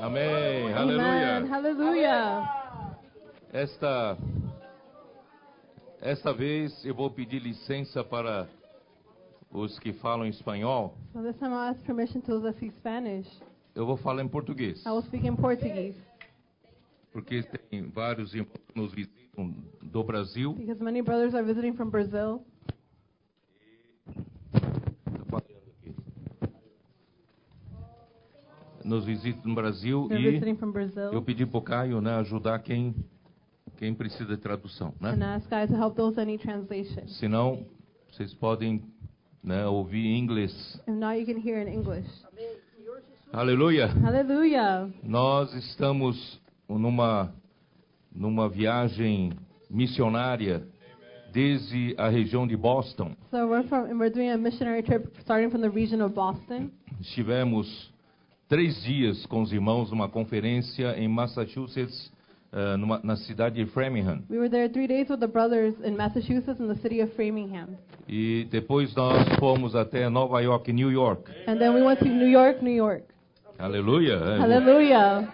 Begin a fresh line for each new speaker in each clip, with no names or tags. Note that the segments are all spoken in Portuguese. Amém.
Amen.
Aleluia.
Hallelujah.
Esta, esta vez eu vou pedir licença para os que falam espanhol.
So this time I'll ask permission to those that speak Spanish.
Eu vou falar em português,
I will speak in Portuguese
porque tem vários irmãos que nos visitam do Brasil.
because many brothers are visiting from Brazil.
Tá falhando aqui. Nos visitam no Brasil
They're
e
visiting from
eu
Brazil.
pedi para o Caio né, ajudar quem, quem precisa de tradução. Né?
And ask guys to help those that need translation.
Senão, vocês podem né, ouvir em inglês.
If not, you can hear in English.
Aleluia!
Hallelujah.
Nós estamos numa, numa viagem missionária desde a região de Boston.
So we're from and we're doing a missionary trip starting from the region of Boston.
Estivemos três dias com os irmãos numa conferência em Massachusetts, eh, numa- na cidade de Framingham.
We were there three days with the brothers in Massachusetts in the city of Framingham.
E depois nós fomos até Nova York, New York.
And then we went to New York, New York.
Aleluia! É,
Hallelujah.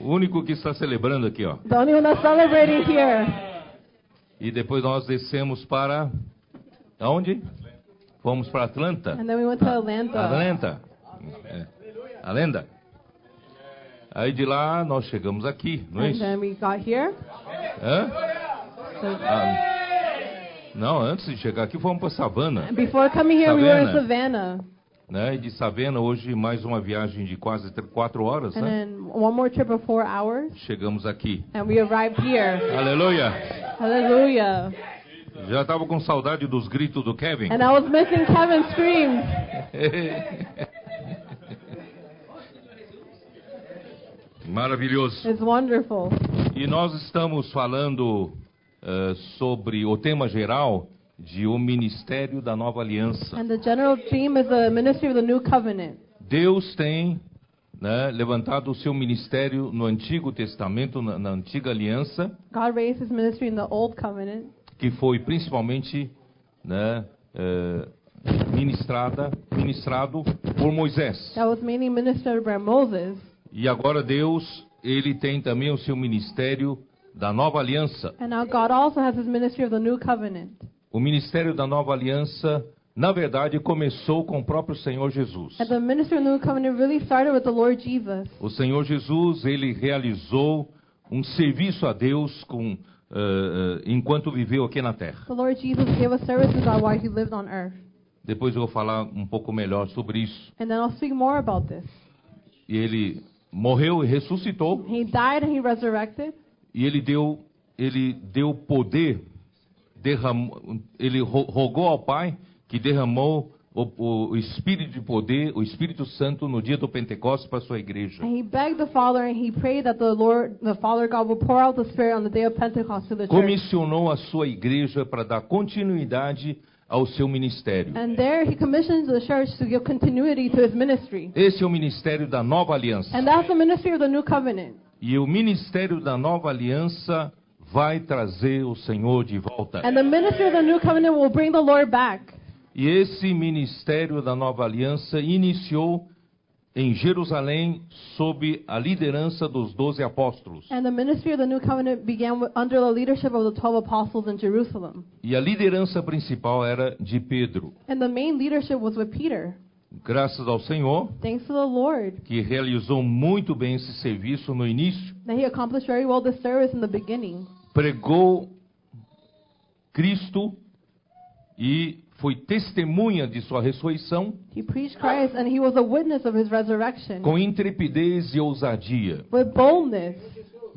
O único que está celebrando aqui, ó.
The only one that's celebrating here.
E depois nós descemos para. Aonde? Fomos para Atlanta.
And then we went to Atlanta.
Atlanta. É. A lenda. Aí de lá nós chegamos aqui, não é
And
isso?
then we got here.
Hã?
So
Ah, não, antes de chegar aqui fomos para Savana.
before coming here, we were in
Savannah.
Savannah.
Né? E de Savana hoje mais uma viagem de quase tr- quatro horas.
And
Né?
then one more trip of four hours.
Chegamos aqui.
And we arrived here.
Aleluia!
Hallelujah.
Já estava com saudade dos gritos do Kevin.
And I was missing Kevin's screams.
Maravilhoso.
It's wonderful.
E nós estamos falando eh, sobre o tema geral de o ministério da nova aliança.
And the general theme is the ministry of the new covenant.
Deus tem né, levantado o seu ministério no Antigo Testamento, na, na Antiga Aliança,
God raised his ministry in the old covenant,
que foi principalmente né, eh, ministrada, ministrado por Moisés.
that was mainly ministered by Moses.
E agora Deus, ele tem também o seu ministério da Nova Aliança.
And now God also has his ministry of the new covenant.
O ministério da Nova Aliança, na verdade, começou com o próprio Senhor Jesus.
And the ministry of the new covenant really started with the Lord Jesus.
O Senhor Jesus, ele realizou um serviço a Deus com, eh, eh, enquanto viveu aqui na terra.
The Lord Jesus gave us services on why he lived on earth.
Depois eu vou falar um pouco melhor sobre isso.
And then I'll speak more about this.
E ele morreu e ressuscitou
He died and he resurrected.
e ele deu ele deu poder derramou, ele ro- rogou ao Pai que derramou o, o espírito de poder, o Espírito Santo no dia do Pentecostes para a sua igreja.
And he begged the Father and he prayed that the Lord, the Father God, will pour out the Spirit on the day of Pentecost to the church.
Comissionou a sua igreja para dar continuidade ao seu ministério.
And there he commissions the church to give continuity to his ministry.
Esse é o ministério da nova aliança.
And that's the ministry of the new covenant.
E o ministério da nova aliança vai trazer o Senhor de volta.
And the ministry of the new covenant will bring the Lord back.
E esse ministério da nova aliança iniciou em Jerusalém sob a liderança dos doze apóstolos.
And the ministry of the new covenant began with, under the leadership of the 12 apostles in Jerusalem.
E a liderança principal era de Pedro.
And the main leadership was with Peter.
Graças ao Senhor,
Thanks to the Lord
que realizou muito bem esse serviço no início,
that he accomplished very well the service in the beginning.
pregou Cristo e foi testemunha de sua ressurreição
He preached Christ and he was a witness of his resurrection
com intrepidez e ousadia.
with boldness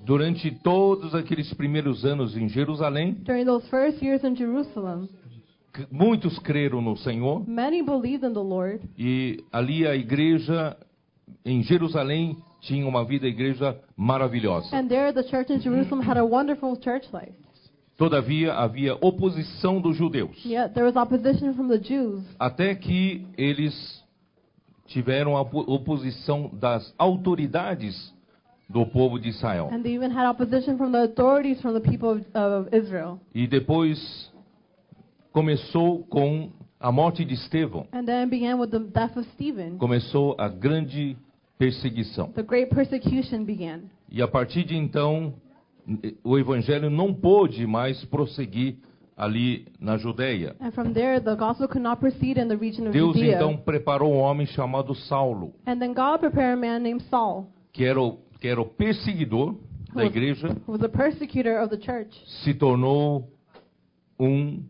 Durante todos aqueles primeiros anos em Jerusalém,
during those first years in Jerusalem.
c- muitos creram no Senhor
Many believed in the Lord,
e ali a igreja em Jerusalem tinha uma vida igreja maravilhosa.
and there the church in Jerusalem had a wonderful church life.
Todavia havia oposição dos judeus,
Yet there was opposition from the Jews
até que eles tiveram a opo- oposição das autoridades do povo de Israel.
and they even had opposition from the authorities from the people of, of Israel.
E depois começou com a morte de Estevão.
And then it began with the death of Stephen.
começou a grande perseguição.
the great persecution began.
E a partir de então, o evangelho não pôde mais prosseguir ali na Judeia.
And from there, the gospel could not proceed in the region of
Deus
Judea.
então preparou um homem chamado Saulo,
And then God prepared a man named Saul,
que era o, que era o perseguidor da igreja,
who was a persecutor of the church.
se tornou um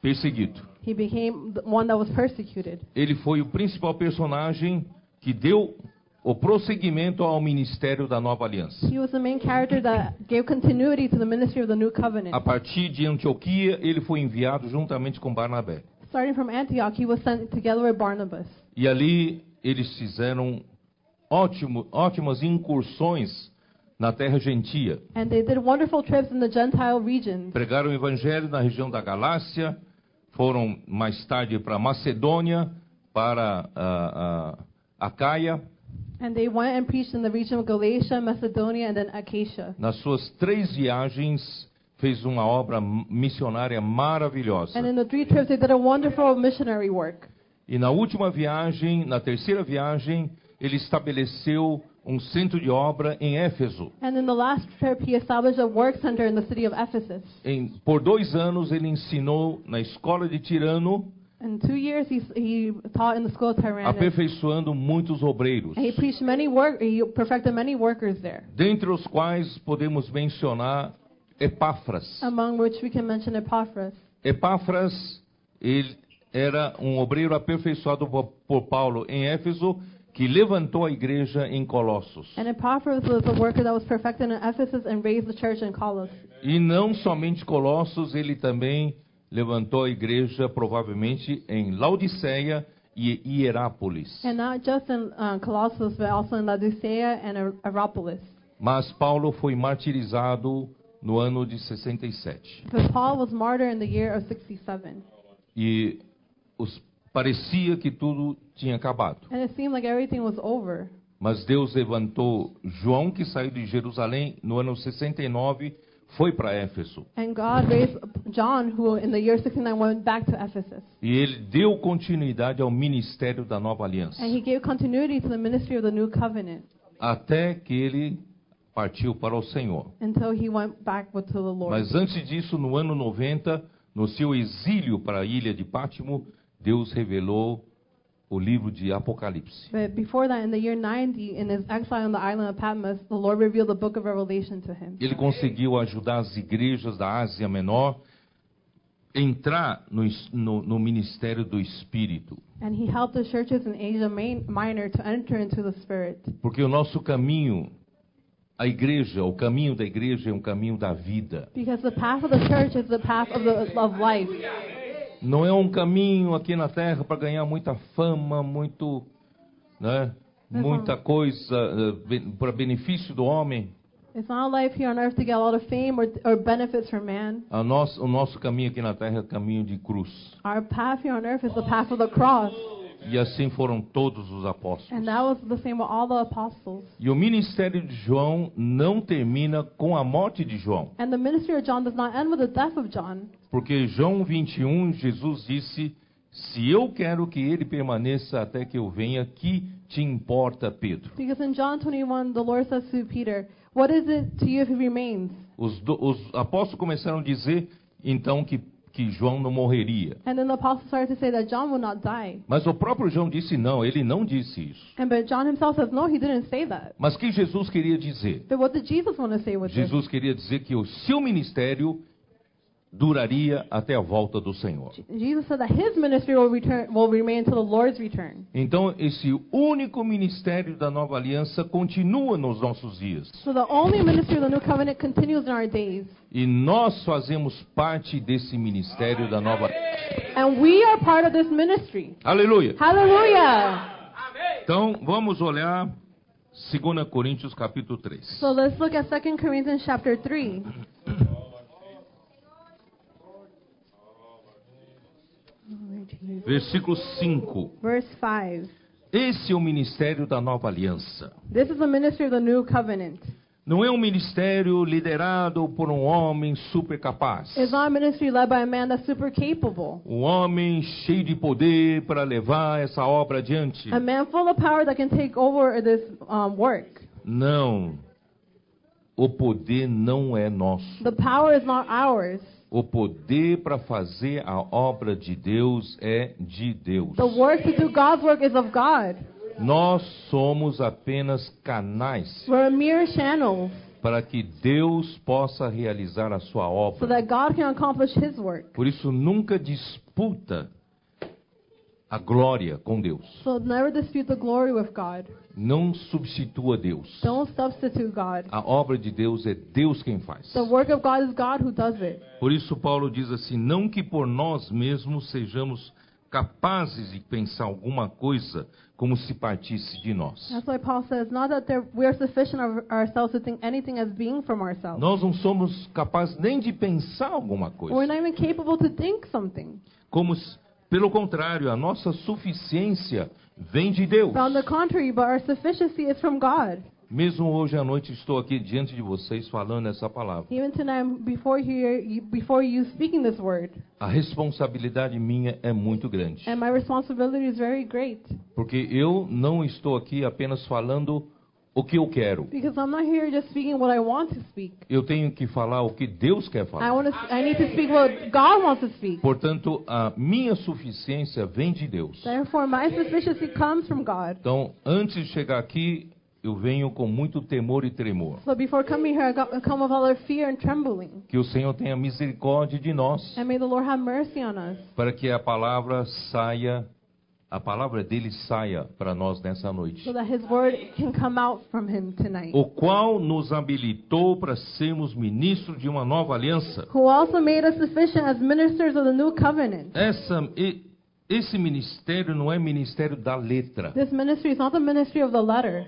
perseguido.
He became the one that was persecuted.
Ele foi o principal personagem que deu o prosseguimento ao ministério da nova aliança.
He was the main character that gave continuity to the ministry of the new covenant.
A partir de Antioquia, ele foi enviado juntamente com Barnabé.
Starting from Antioch, he was sent together with Barnabas.
E ali eles fizeram ótimo, ótimas incursões na terra gentia.
And they did wonderful trips in the Gentile regions.
Pregaram o evangelho na região da Galácia, foram mais tarde para Macedônia, para ah, ah, Acaia.
And they went and preached in the region of Galatia, Macedonia, and then Acacia.
Nas suas três viagens, fez uma obra missionária maravilhosa.
And in the three trips, they did a wonderful missionary work.
E na última viagem, na terceira viagem, ele estabeleceu um centro de obra em Éfeso.
And in the last trip, he established a work center in the city of Ephesus.
Em- por dois anos ele ensinou na escola de Tirano,
In two years, he, he taught in the school of Tyrannus.
aperfeiçoando muitos obreiros,
And he preached many work, he perfected many workers there,
dentre os quais podemos mencionar Epáfras.
among which we can mention Epaphras.
Epáfras ele era um obreiro aperfeiçoado por, por Paulo em Éfeso, que levantou a igreja em Colossos.
And Epaphras was a worker that was perfected in Ephesus and raised the church in Colossus.
E não somente Colossos, ele também levantou a igreja provavelmente em Laodiceia e Hierápolis.
And not just in uh, Colossus, but also in Laodicea and Ar- Hierapolis.
Mas Paulo foi martirizado no ano de 67.
But Paul was martyred in the year of 67.
E os- parecia que tudo tinha acabado.
And it seemed like everything was over.
Mas Deus levantou João, que saiu de Jerusalém no ano 69, foi para Éfeso.
And God raised John, who in the year 69 went back to Ephesus.
E ele deu continuidade ao ministério da nova aliança.
And he gave continuity to the ministry of the new covenant
Até que ele partiu para o Senhor.
until he went back with, to the Lord.
Mas antes disso, no ano 90, no seu exílio para a ilha de Pátimo, Deus revelou o livro de Apocalipse.
But before that, in the year 90, in his exile on the island of Patmos, the Lord revealed the book of Revelation to him.
Ele conseguiu ajudar as igrejas da Ásia Menor a entrar no, es- no- no ministério do Espírito.
And he helped the churches in Asia main, Minor to enter into the Spirit.
Porque o nosso caminho, a igreja, o caminho da igreja é um caminho da vida.
Because the path of the church is the path of, the, of life.
Não é um caminho aqui na terra para ganhar muita fama, muito, né, muita coisa eh, para benefício do homem.
It's not a life here on earth to get a lot of fame or, or benefits for man.
A nossa- o nosso caminho aqui na terra é caminho de cruz.
Our path here on earth is the path of the cross.
E assim foram todos os apóstolos.
And that was the same with all the apostles.
E o ministério de João não termina com a morte de João.
And the ministry of John does not end with the death of John.
Porque João 21, Jesus disse: Se eu quero que ele permaneça até que eu venha, que te importa, Pedro?
Because in John 21, the Lord says to Peter, What is it to you if he remains?
Os, do- os apóstolos começaram a dizer então que, que João não morreria.
And then the apostles started to say that John will not die.
Mas o próprio João disse: Não, ele não disse isso.
And but John himself says, No, he didn't say that.
Mas o que Jesus queria dizer?
But what did Jesus want to say with this?
Jesus queria dizer que o seu ministério duraria até a volta do Senhor.
Jesus said that his ministry will return will remain till the Lord's return.
Então, esse único ministério da nova aliança continua nos nossos dias.
So the only ministry of the new covenant continues in our days.
E nós fazemos parte desse ministério da nova.
And we are part of this ministry.
Aleluia!
Hallelujah.
Então, vamos olhar 2 Coríntios capítulo 3.
So let's look at 2 Corinthians chapter 3.
Versículo 5.
Verse 5.
Esse é o ministério da nova aliança.
This is the ministry of the new covenant.
Não é um ministério liderado por um homem super capaz.
It's not a ministry led by a man that's super capable.
Um homem cheio de poder para levar essa obra adiante.
A man full of power that can take over this um, work.
Não. O poder não é nosso.
The power is not ours.
O poder para fazer a obra de Deus é de Deus.
The work to do God's work is of God.
Nós somos apenas canais
We're a mere channel
para que Deus possa realizar a sua
so
obra.
that God can accomplish His work.
Por isso, nunca disputa a glória com Deus.
So never dispute the glory with God.
Não substitua Deus.
Don't substitute God.
A obra de Deus é Deus quem faz.
The work of God is God who does it.
Por isso, Paulo diz assim: não que por nós mesmos sejamos capazes de pensar alguma coisa como se partisse de nós.
That's why Paul says, not that there, we are sufficient of ourselves to think anything as being from ourselves.
Nós não somos capazes nem de pensar alguma
We're
coisa.
not even capable to think something.
Como se- pelo contrário, a nossa suficiência vem de Deus.
But on the contrary, but our sufficiency is from God.
Mesmo hoje à noite estou aqui diante de vocês falando essa palavra.
Even tonight, before here, you- before you speaking this word,
A responsabilidade minha é muito grande,
and my responsibility is very great
porque eu não estou aqui apenas falando o que eu quero.
because I'm not here just speaking what I want to speak.
Eu tenho que falar o que Deus quer
I
falar.
want to. I need to speak what God wants to speak.
Portanto, a minha suficiência vem de Deus.
Therefore, my sufficiency comes from God.
Então, antes de chegar aqui, eu venho com muito temor e tremor.
So before coming here, I got, I come with all our fear and trembling,
Que o Senhor tenha misericórdia de nós,
and may the Lord have mercy on us.
para que a palavra saia, a palavra dele saia para nós nessa noite.
so that his word can come out from him tonight.
O qual nos habilitou para sermos ministros de uma nova aliança.
Who also made us sufficient as ministers of the new covenant.
Essa, e- esse ministério não é ministério da letra,
This ministry is not the ministry of the letter,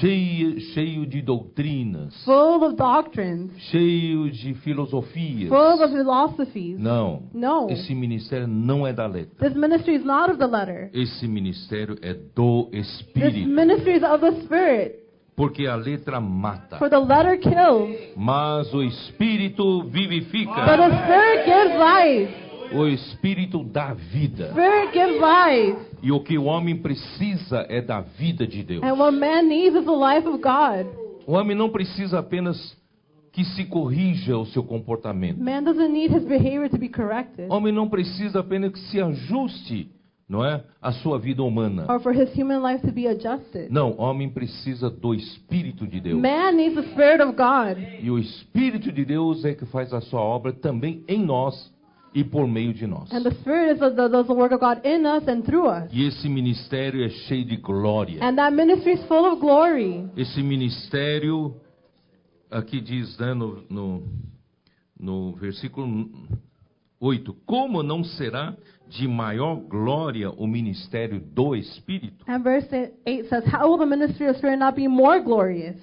cheio, cheio de doutrinas,
full of doctrines,
cheio de filosofias.
full of philosophies.
Não,
No,
esse ministério não é da letra.
this ministry is not of the letter.
Esse ministério é do
This
Espírito,
ministry is of the Spirit,
porque a letra mata,
for the letter kills,
mas o Espírito
but
vivifica,
the Spirit gives life.
o Espírito dá vida.
Spirit gives life,
E o que o homem precisa é da vida de Deus.
and what man needs is the life of God.
O homem não precisa apenas que se corrija o seu comportamento.
Man doesn't need his behavior to be corrected,
O homem não precisa apenas que se ajuste, não é, à sua vida humana.
or for his human life to be adjusted.
Não, o homem precisa do Espírito de Deus.
Man needs the Spirit of God.
E o Espírito de Deus é que faz a sua obra também em nós e por meio de nós.
And the Spirit is the, does the Word of God in us and through us.
E esse ministério é cheio de glória.
And that ministry is full of glory.
Esse ministério, aqui diz né, no, no, no versículo 8: Como não será de maior glória o ministério do Espírito?
And verse 8 says, How will the ministry of Spirit not be more glorious?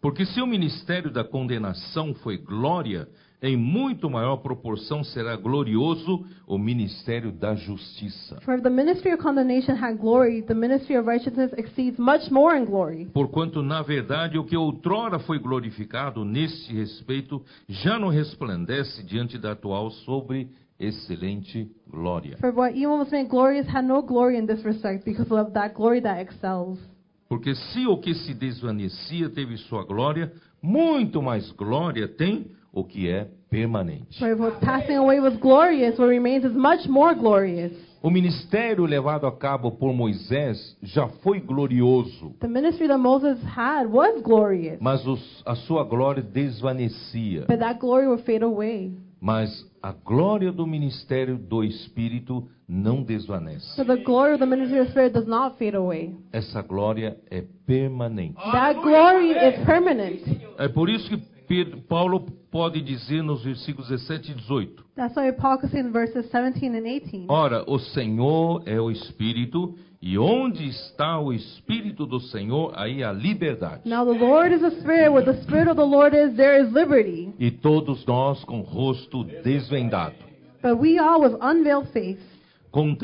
Porque se o ministério da condenação foi glória, em muito maior proporção será glorioso o ministério da justiça.
For if the ministry of condemnation had glory, the ministry of righteousness exceeds much more in glory.
Porquanto, na verdade, o que outrora foi glorificado neste respeito já não resplandece diante da atual sobre excelente glória.
For what even was made glorious had no glory in this respect because of that glory that excels.
Porque se o que se desvanecia teve sua glória, muito mais glória tem o que é permanente.
For if what passing away was glorious, what remains is much more glorious.
O ministério levado a cabo por Moisés já foi glorioso,
The ministry that Moses had was glorious,
mas os- a sua glória desvanecia.
but that glory would fade away.
Mas a glória do ministério do Espírito não desvanece.
So the glory of the ministry of spirit does not fade away.
Essa glória é permanente.
That glory is permanent.
É por isso que Pedro- Paulo pode dizer nos versículos 17 e 18:
That's why Paul could say in verses 17 and 18.
Ora, o Senhor é o Espírito, e onde está o Espírito do Senhor, aí a liberdade.
Now the Lord is a spirit. Where the spirit of the Lord is, there is liberty.
E todos nós com o rosto desvendado,
But we all with unveiled face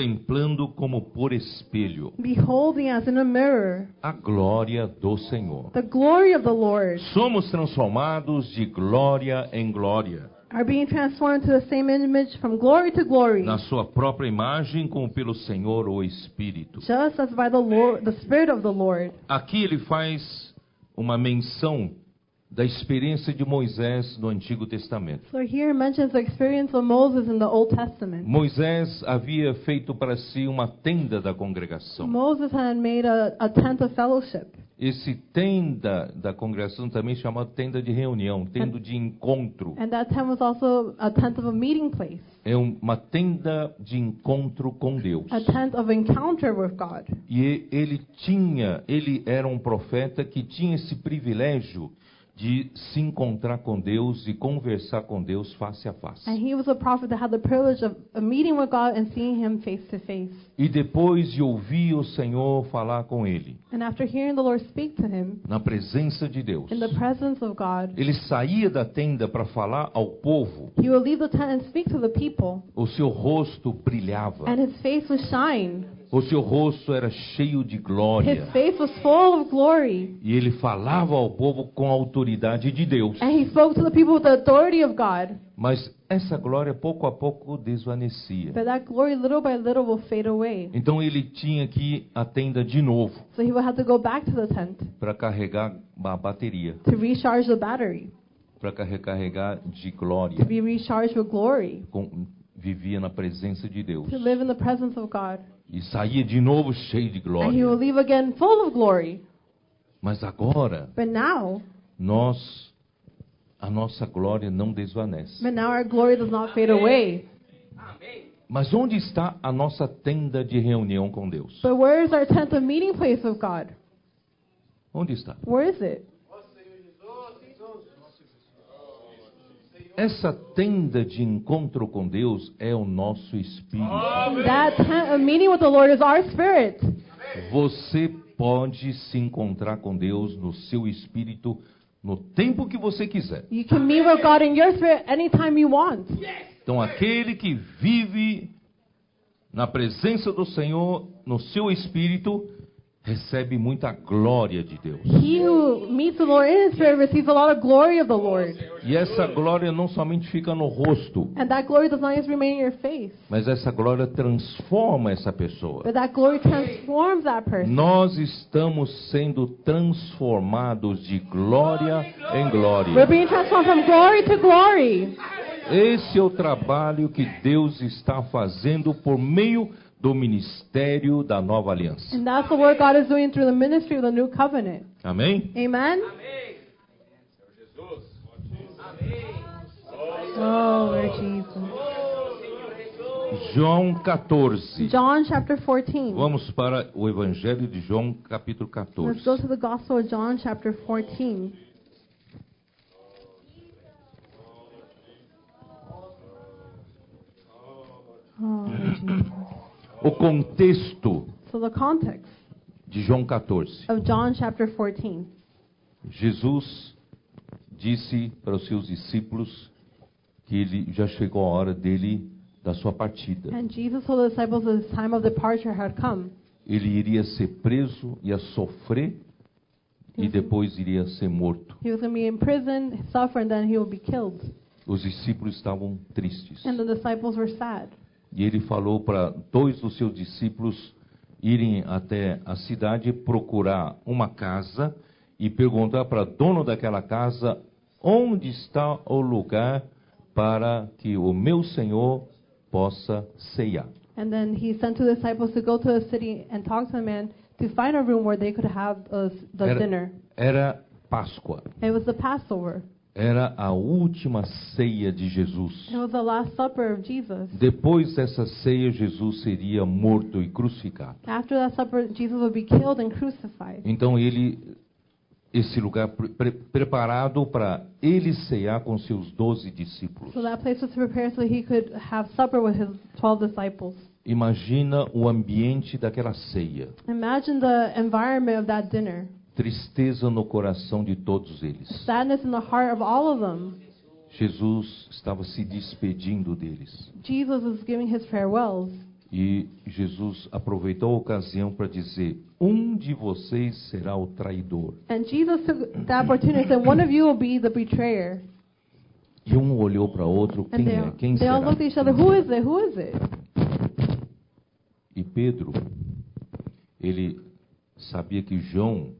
contemplando como por espelho
beholding as in a mirror
a glória do Senhor.
the glory of the Lord,
Somos transformados de glória em glória,
are being transformed to the same image from glory to glory,
na sua própria imagem, como pelo Senhor o Espírito.
just as by the Lord, the Spirit of the Lord.
Aqui ele faz uma menção da experiência de Moisés no Antigo Testamento.
So here it mentions the experience of Moses in the Old Testament.
Moisés havia feito para si uma tenda da congregação.
Moses had made a, a tent of fellowship.
Esse tenda da congregação também é chamado tenda de reunião, tenda de encontro.
And that tent was also a tent of a meeting place,
É uma tenda de encontro com Deus.
a tent of encounter with God.
E ele tinha, ele era um profeta que tinha esse privilégio de se encontrar com Deus e conversar com Deus face a face.
And he was a prophet that had the privilege of a meeting with God and seeing him face to face.
E depois de ouvir o Senhor falar com ele,
And after hearing the Lord speak to him
na presença de Deus,
in the presence of God,
ele saía da tenda para falar ao povo.
he would leave the tent and speak to the people,
O seu rosto brilhava,
and his face would shine.
o seu rosto era cheio de
His
glória.
face was full of glory.
E ele falava ao povo com a autoridade de Deus.
And he spoke to the people with the authority of God.
Mas essa glória pouco a pouco desvanecia.
But that glory, little by little, will fade away.
Então ele tinha que ir à tenda de novo
So he would have to go back to the tent
para carregar a bateria,
to recharge the battery,
para recarregar de
to
glória.
be recharged with glory,
Com- vivia na presença de Deus
to live in the presence of God.
e saía de novo cheio de
And he will
glória.
leave again full of glory.
Mas agora
But now,
nós a nossa glória não desvanece.
but now our glory does not fade away.
Mas onde está a nossa tenda de reunião com Deus?
But where is our tent of meeting place of God?
Onde está?
Where is it?
Essa tenda de encontro com Deus é o nosso espírito.
That tent of meeting with the Lord is our spirit.
Você pode se encontrar com Deus no seu espírito no tempo que você quiser.
You can meet with God in your spirit anytime you want.
Então, aquele que vive na presença do Senhor, no seu espírito, recebe muita glória de Deus.
He who meets the Lord in his spirit receives a lot of glory of the Lord.
E essa glória não somente fica no rosto,
And that glory does not just remain in your face,
mas essa glória transforma essa pessoa.
but that glory transforms that person.
Nós estamos sendo transformados de glória em
We're
glória.
being transformed from glory to glory.
Esse é o trabalho que Deus está fazendo por meio do ministério da nova aliança.
And that's the work God is doing through the ministry of the new covenant.
Amém?
Amen? Oh, Lord
João 14.
Jesus. John chapter 14.
Vamos para o Evangelho de João, capítulo
Let's go
14.
to the Gospel of John chapter 14. Oh, Jesus.
O contexto
so the context
de João 14.
of John chapter 14.
Jesus disse para os seus discípulos que ele já chegou a hora dele da sua partida.
And Jesus told the disciples that his time of departure had come.
Ele iria ser preso, ia sofrer e depois iria ser morto.
He was going to be in prison, suffer, and then he would be killed.
Os discípulos estavam tristes.
And the disciples were sad.
E ele falou para dois dos seus discípulos irem até a cidade procurar uma casa e perguntar para dono daquela casa onde está o lugar para que o meu Senhor possa ceiar.
And then he sent two disciples to go to the city and talk to the man to find a room where they could have uh, the
Era,
dinner.
era Páscoa,
It was the Passover.
era a última ceia de Jesus.
It was the Last Supper of Jesus.
Depois dessa ceia, Jesus seria morto e crucificado.
After that supper, Jesus would be killed and crucified.
Então ele esse lugar pre- pre- preparado para ele cear com seus doze discípulos.
So that place was prepared so he could have supper with his 12 disciples.
Imagina o ambiente daquela ceia,
Imagine the environment of that dinner.
tristeza no coração de todos eles.
Sadness in the heart of all of them.
Jesus estava se despedindo deles.
Jesus is giving his farewells.
E Jesus aproveitou a ocasião para dizer: Um de vocês será o traidor.
And Jesus took the opportunity and said, One of you will be the betrayer.
E um olhou para outro:
And
Quem
they,
é? Quem
they all
será?
looked at each other, Who is it? Who is it?
E Pedro, ele sabia que João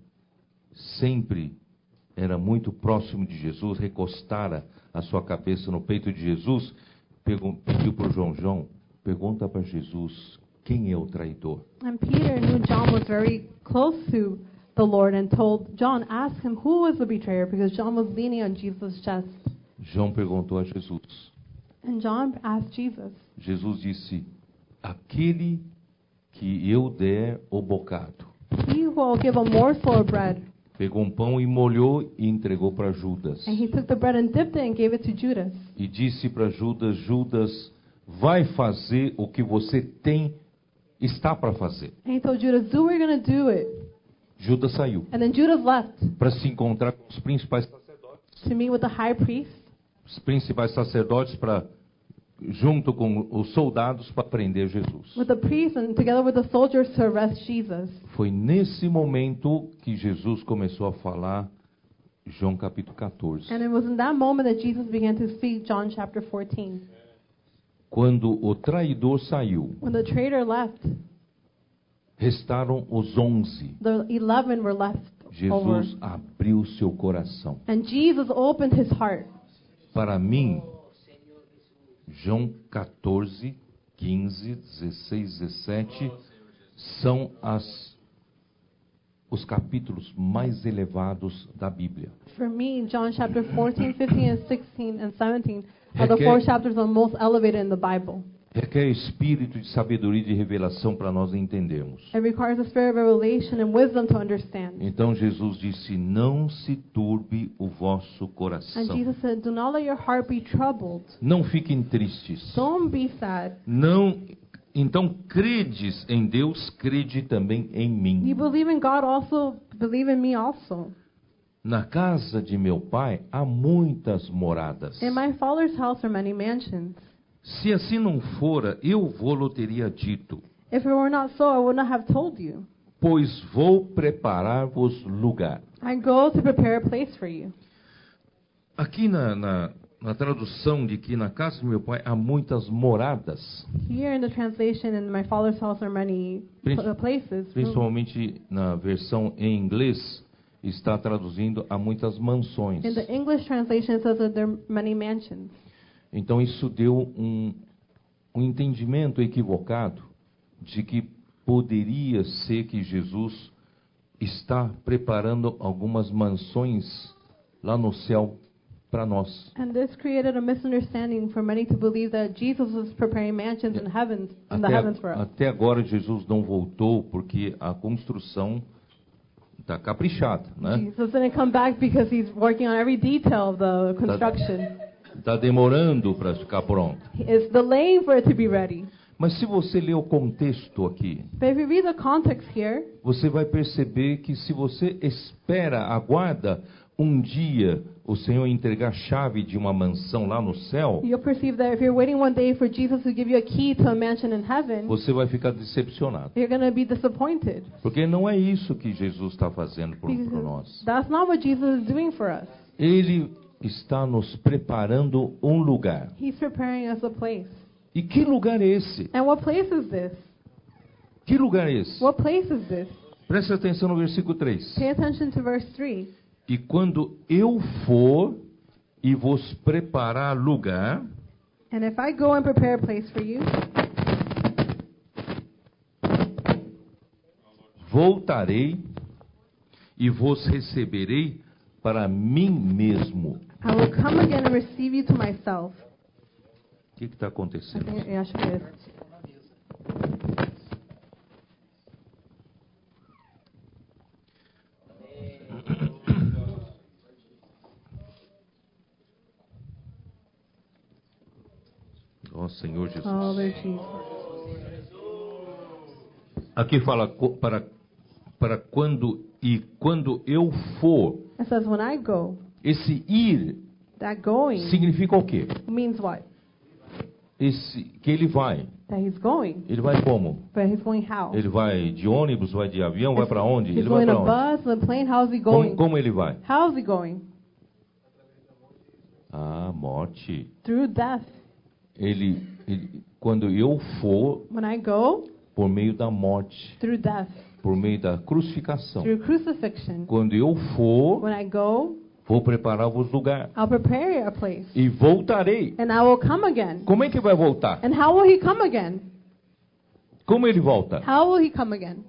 sempre era muito próximo de Jesus, recostara a sua cabeça no peito de Jesus, pergun- pediu para o João: João, pergunta para Jesus quem é o traidor.
And Peter knew John was very close to the Lord and told John, Ask him who was the betrayer because John was leaning on Jesus' chest.
João perguntou a Jesus.
And John asked Jesus,
Jesus disse: Aquele que eu der o bocado.
He who will give a morsel of bread.
Pegou um pão e molhou e entregou para Judas.
And he took the bread and dipped it and gave it to Judas.
E disse para Judas: Judas, vai fazer o que você tem, está para fazer.
And he told Judas, Do what you're going to do it.
Judas saiu
And then Judas left
para se encontrar com os principais sacerdotes.
to meet with the high priest
Os principais sacerdotes para junto com os soldados para prender Jesus.
with the priest and together with the soldiers to arrest Jesus.
Foi nesse momento que Jesus começou a falar João capítulo 14.
And it was in that moment that Jesus began to speak John chapter 14.
Quando o traidor saiu,
When the traitor left,
restaram os onze.
the 11 were left over.
Jesus abriu seu coração.
And Jesus opened his heart.
Para mim, João 14, 15, 16, 17 são as- os capítulos mais elevados da Bíblia.
For me, John chapter 14, 15, and 16, and 17 are the
Okay.
four chapters that are most elevated in the Bible.
Requer espírito de sabedoria e de revelação para nós entendermos.
It requires a spirit of revelation and wisdom to understand.
Então Jesus disse: Não se turbe o vosso
And
coração.
Jesus said, Do not let your heart be troubled.
Não fiquem tristes.
Don't be sad.
Não, então credes em Deus, crede também em mim.
You believe in God also, believe in me also.
Na casa de meu pai há muitas moradas.
In my Father's house are many mansions.
Se assim não fora, eu vou-lo teria dito,
If it were not so, I would not have told you.
pois vou preparar-vos lugar.
I go to prepare a place for you.
Aqui na, na, na tradução de que na casa de meu pai há muitas moradas,
Here in the translation, in my Father's house are many
Prin-
pl- places.
principalmente na versão em inglês, está traduzindo há muitas mansões.
In the English translation, it says that there are many mansions.
Então isso deu um, um entendimento equivocado de que poderia ser que Jesus está preparando algumas mansões lá no céu para nós.
And this created a misunderstanding for many to believe that Jesus was preparing mansions in heavens, in the
Até,
heavens for us.
até agora Jesus não voltou porque a construção está caprichada, né?
Jesus didn't come back because he's working on every detail of the construction.
Está Tá demorando para ficar pronta.
It's delaying for it to be ready.
Mas se você ler o contexto aqui,
But if you read the context here,
você vai perceber que se você espera, aguarda um dia o Senhor entregar a chave de uma mansão lá no céu,
you'll perceive that if you're waiting one day for Jesus to give you a key to a mansion in heaven,
você vai ficar decepcionado.
you're going to be disappointed.
Porque não é isso que Jesus está fazendo por, por
Because
nós.
that's not what Jesus is doing for us.
Ele está nos preparando um lugar.
He's preparing us a place.
E que lugar é esse?
And what place is this?
Que lugar é esse?
What place is this?
Preste atenção no versículo 3.
Pay attention to verse 3.
E quando eu for e vos preparar lugar,
And if I go and prepare a place for you,
voltarei e vos receberei para mim mesmo.
I will come again and receive you to myself.
O que está
I
acontecendo?
think, yeah, I should do this.
Ó Senhor
Oh,
Jesus.
Lord Jesus.
Aqui fala co- para, para quando e quando eu for.
It says, when I go,
Esse ir
that going
significa o quê?
means what?
esse, que ele vai.
that he's going.
Ele vai como?
But he's going how?
Ele vai de ônibus, vai de avião, vai para onde?
He's
Ele vai para
going a
onde?
bus, on a plane. How's he
Como,
going?
como ele vai?
How's he going?
Ah, morte.
Through death.
Ele, ele- quando eu for
When I go,
por meio da morte,
through death,
por meio da crucificação.
through crucifixion.
Quando eu for,
When I go,
vou preparar-vos lugar
I'll prepare a place,
e voltarei.
and I will come again.
Como é que vai voltar?
And how will he come again?
Como ele volta?
How will he come again?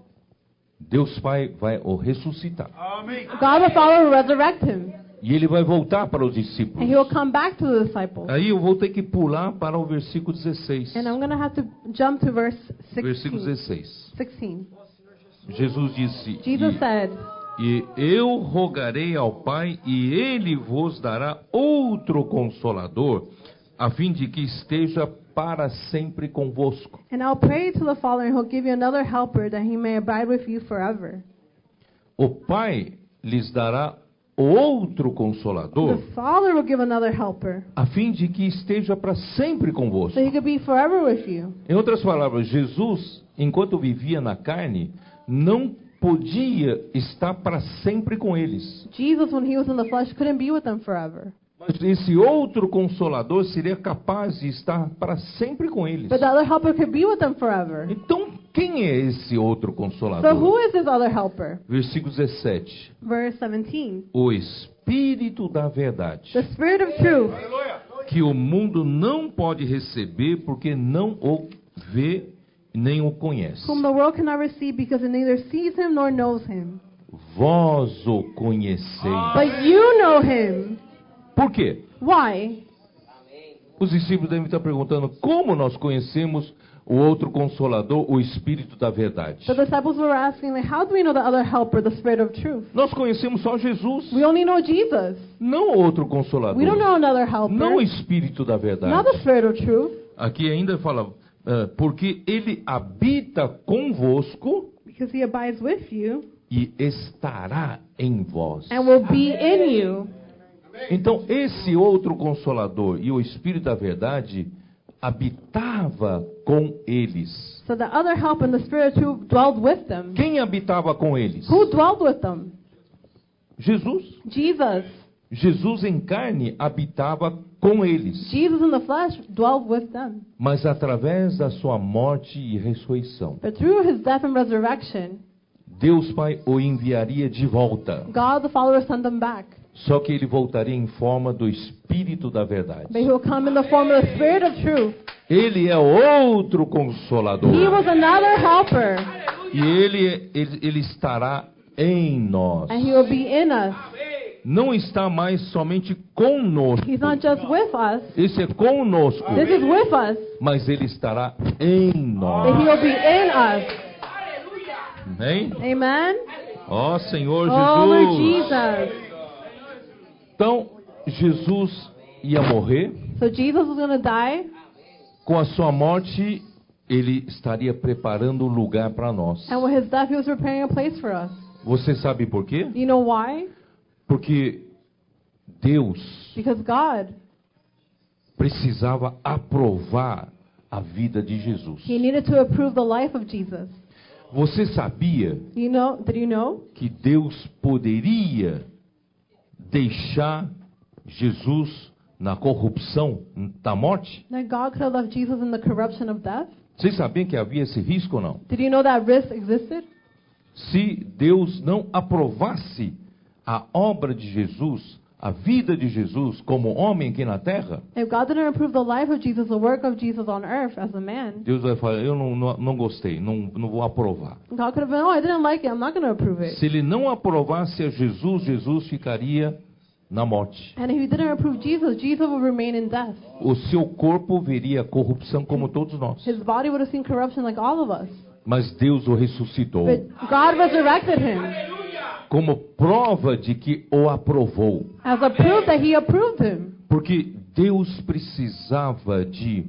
Deus Pai vai o ressuscitar.
God the Father will resurrect him,
E ele vai voltar para os
and he will
discípulos.
come back to the disciples.
Aí eu vou ter que pular para o versículo 16.
And I'm going to have to jump to verse
Versículo
16.
16.
16.
Jesus disse:
Jesus
"E-
said,
E eu rogarei ao Pai, e ele vos dará outro consolador, a fim de que esteja para sempre convosco.
And I'll pray to the Father, and he'll give you another helper that he may abide with you forever.
O Pai lhes dará outro consolador,
The Father will give another helper,
a fim de que esteja para sempre convosco.
so he could be forever with you.
Em outras palavras, Jesus, enquanto vivia na carne, não podia estar para sempre com eles.
Jesus, when he was in the flesh, couldn't be with them forever.
Mas esse outro consolador seria capaz de estar para sempre com eles.
But the other helper could be with them forever.
Então, quem é esse outro
So
consolador?
who is this other helper?
Versículo 17.
Verse 17.
O Espírito da Verdade,
The Spirit of truth,
que o mundo não pode receber porque não o vê nem o conhece.
whom the world cannot receive because it neither sees him nor knows him.
Vós o conheceis.
But you know him.
Por quê?
Why?
Os discípulos devem estar perguntando como nós conhecemos o outro consolador, o Espírito da Verdade.
The disciples were asking, like, how do we know the other helper, the Spirit of truth?
Nós conhecemos só Jesus,
We only know Jesus.
não o outro consolador,
We don't know another
não o
helper.
Espírito da
Not
Verdade.
the Spirit of truth,
Aqui ainda fala, ah, porque ele habita convosco
because he abides with you
e estará em vós.
and will be in you.
Então, esse outro Consolador e o Espírito da Verdade habitava com eles.
So the other helper and the Spirit of truth dwelled with them.
Quem habitava com eles?
Who dwelled with them?
Jesus.
Jesus.
Jesus em carne habitava com eles,
Jesus in the flesh dwelled with them.
mas através da sua morte e ressurreição,
But through his death and resurrection,
Deus Pai o enviaria de volta.
God the Father will send them back.
Só que ele voltaria em forma do Espírito da Verdade.
But he will come in the form of the Spirit of truth.
Ele é outro
He
consolador
was another helper,
e ele, ele, ele estará em nós.
and he will be in us.
Não está mais somente conosco.
He's not just with us,
Esse é conosco,
this is with us,
mas ele estará em
but he
nós.
will be in us.
Amém?
Amen?
Ó Senhor
Oh, Lord
Jesus.
Jesus.
Então, Jesus ia morrer.
So Jesus was going to die.
Com a sua morte, ele estaria preparando É o lugar para nós.
And with his death, he was preparing a place for us.
Você sabe por quê?
You know why?
Porque Deus
Because God,
precisava aprovar a vida de Jesus.
he needed to approve the life of Jesus.
Você sabia
You know, did you know
que Deus poderia deixar Jesus na corrupção da morte?
that God could have left Jesus in the corruption of death?
Vocês sabiam que havia esse risco ou não?
Did you know that risk existed?
Se Deus não aprovasse a obra de Jesus, a vida de Jesus como homem aqui na terra,
If God didn't approve the life of Jesus, the work of Jesus on earth as a man,
Deus vai falar: Eu não, não, não gostei, não, não vou aprovar.
God could have been, oh, I didn't like it. I'm not going to approve it.
Se ele não aprovasse a Jesus, Jesus ficaria na morte.
And if he didn't approve Jesus, Jesus would remain in death.
O seu corpo veria corrupção como todos nós.
His body would have seen corruption like all of us.
Mas Deus o ressuscitou
But God resurrected him
como prova de que o aprovou.
as a proof that he approved him.
Porque Deus precisava de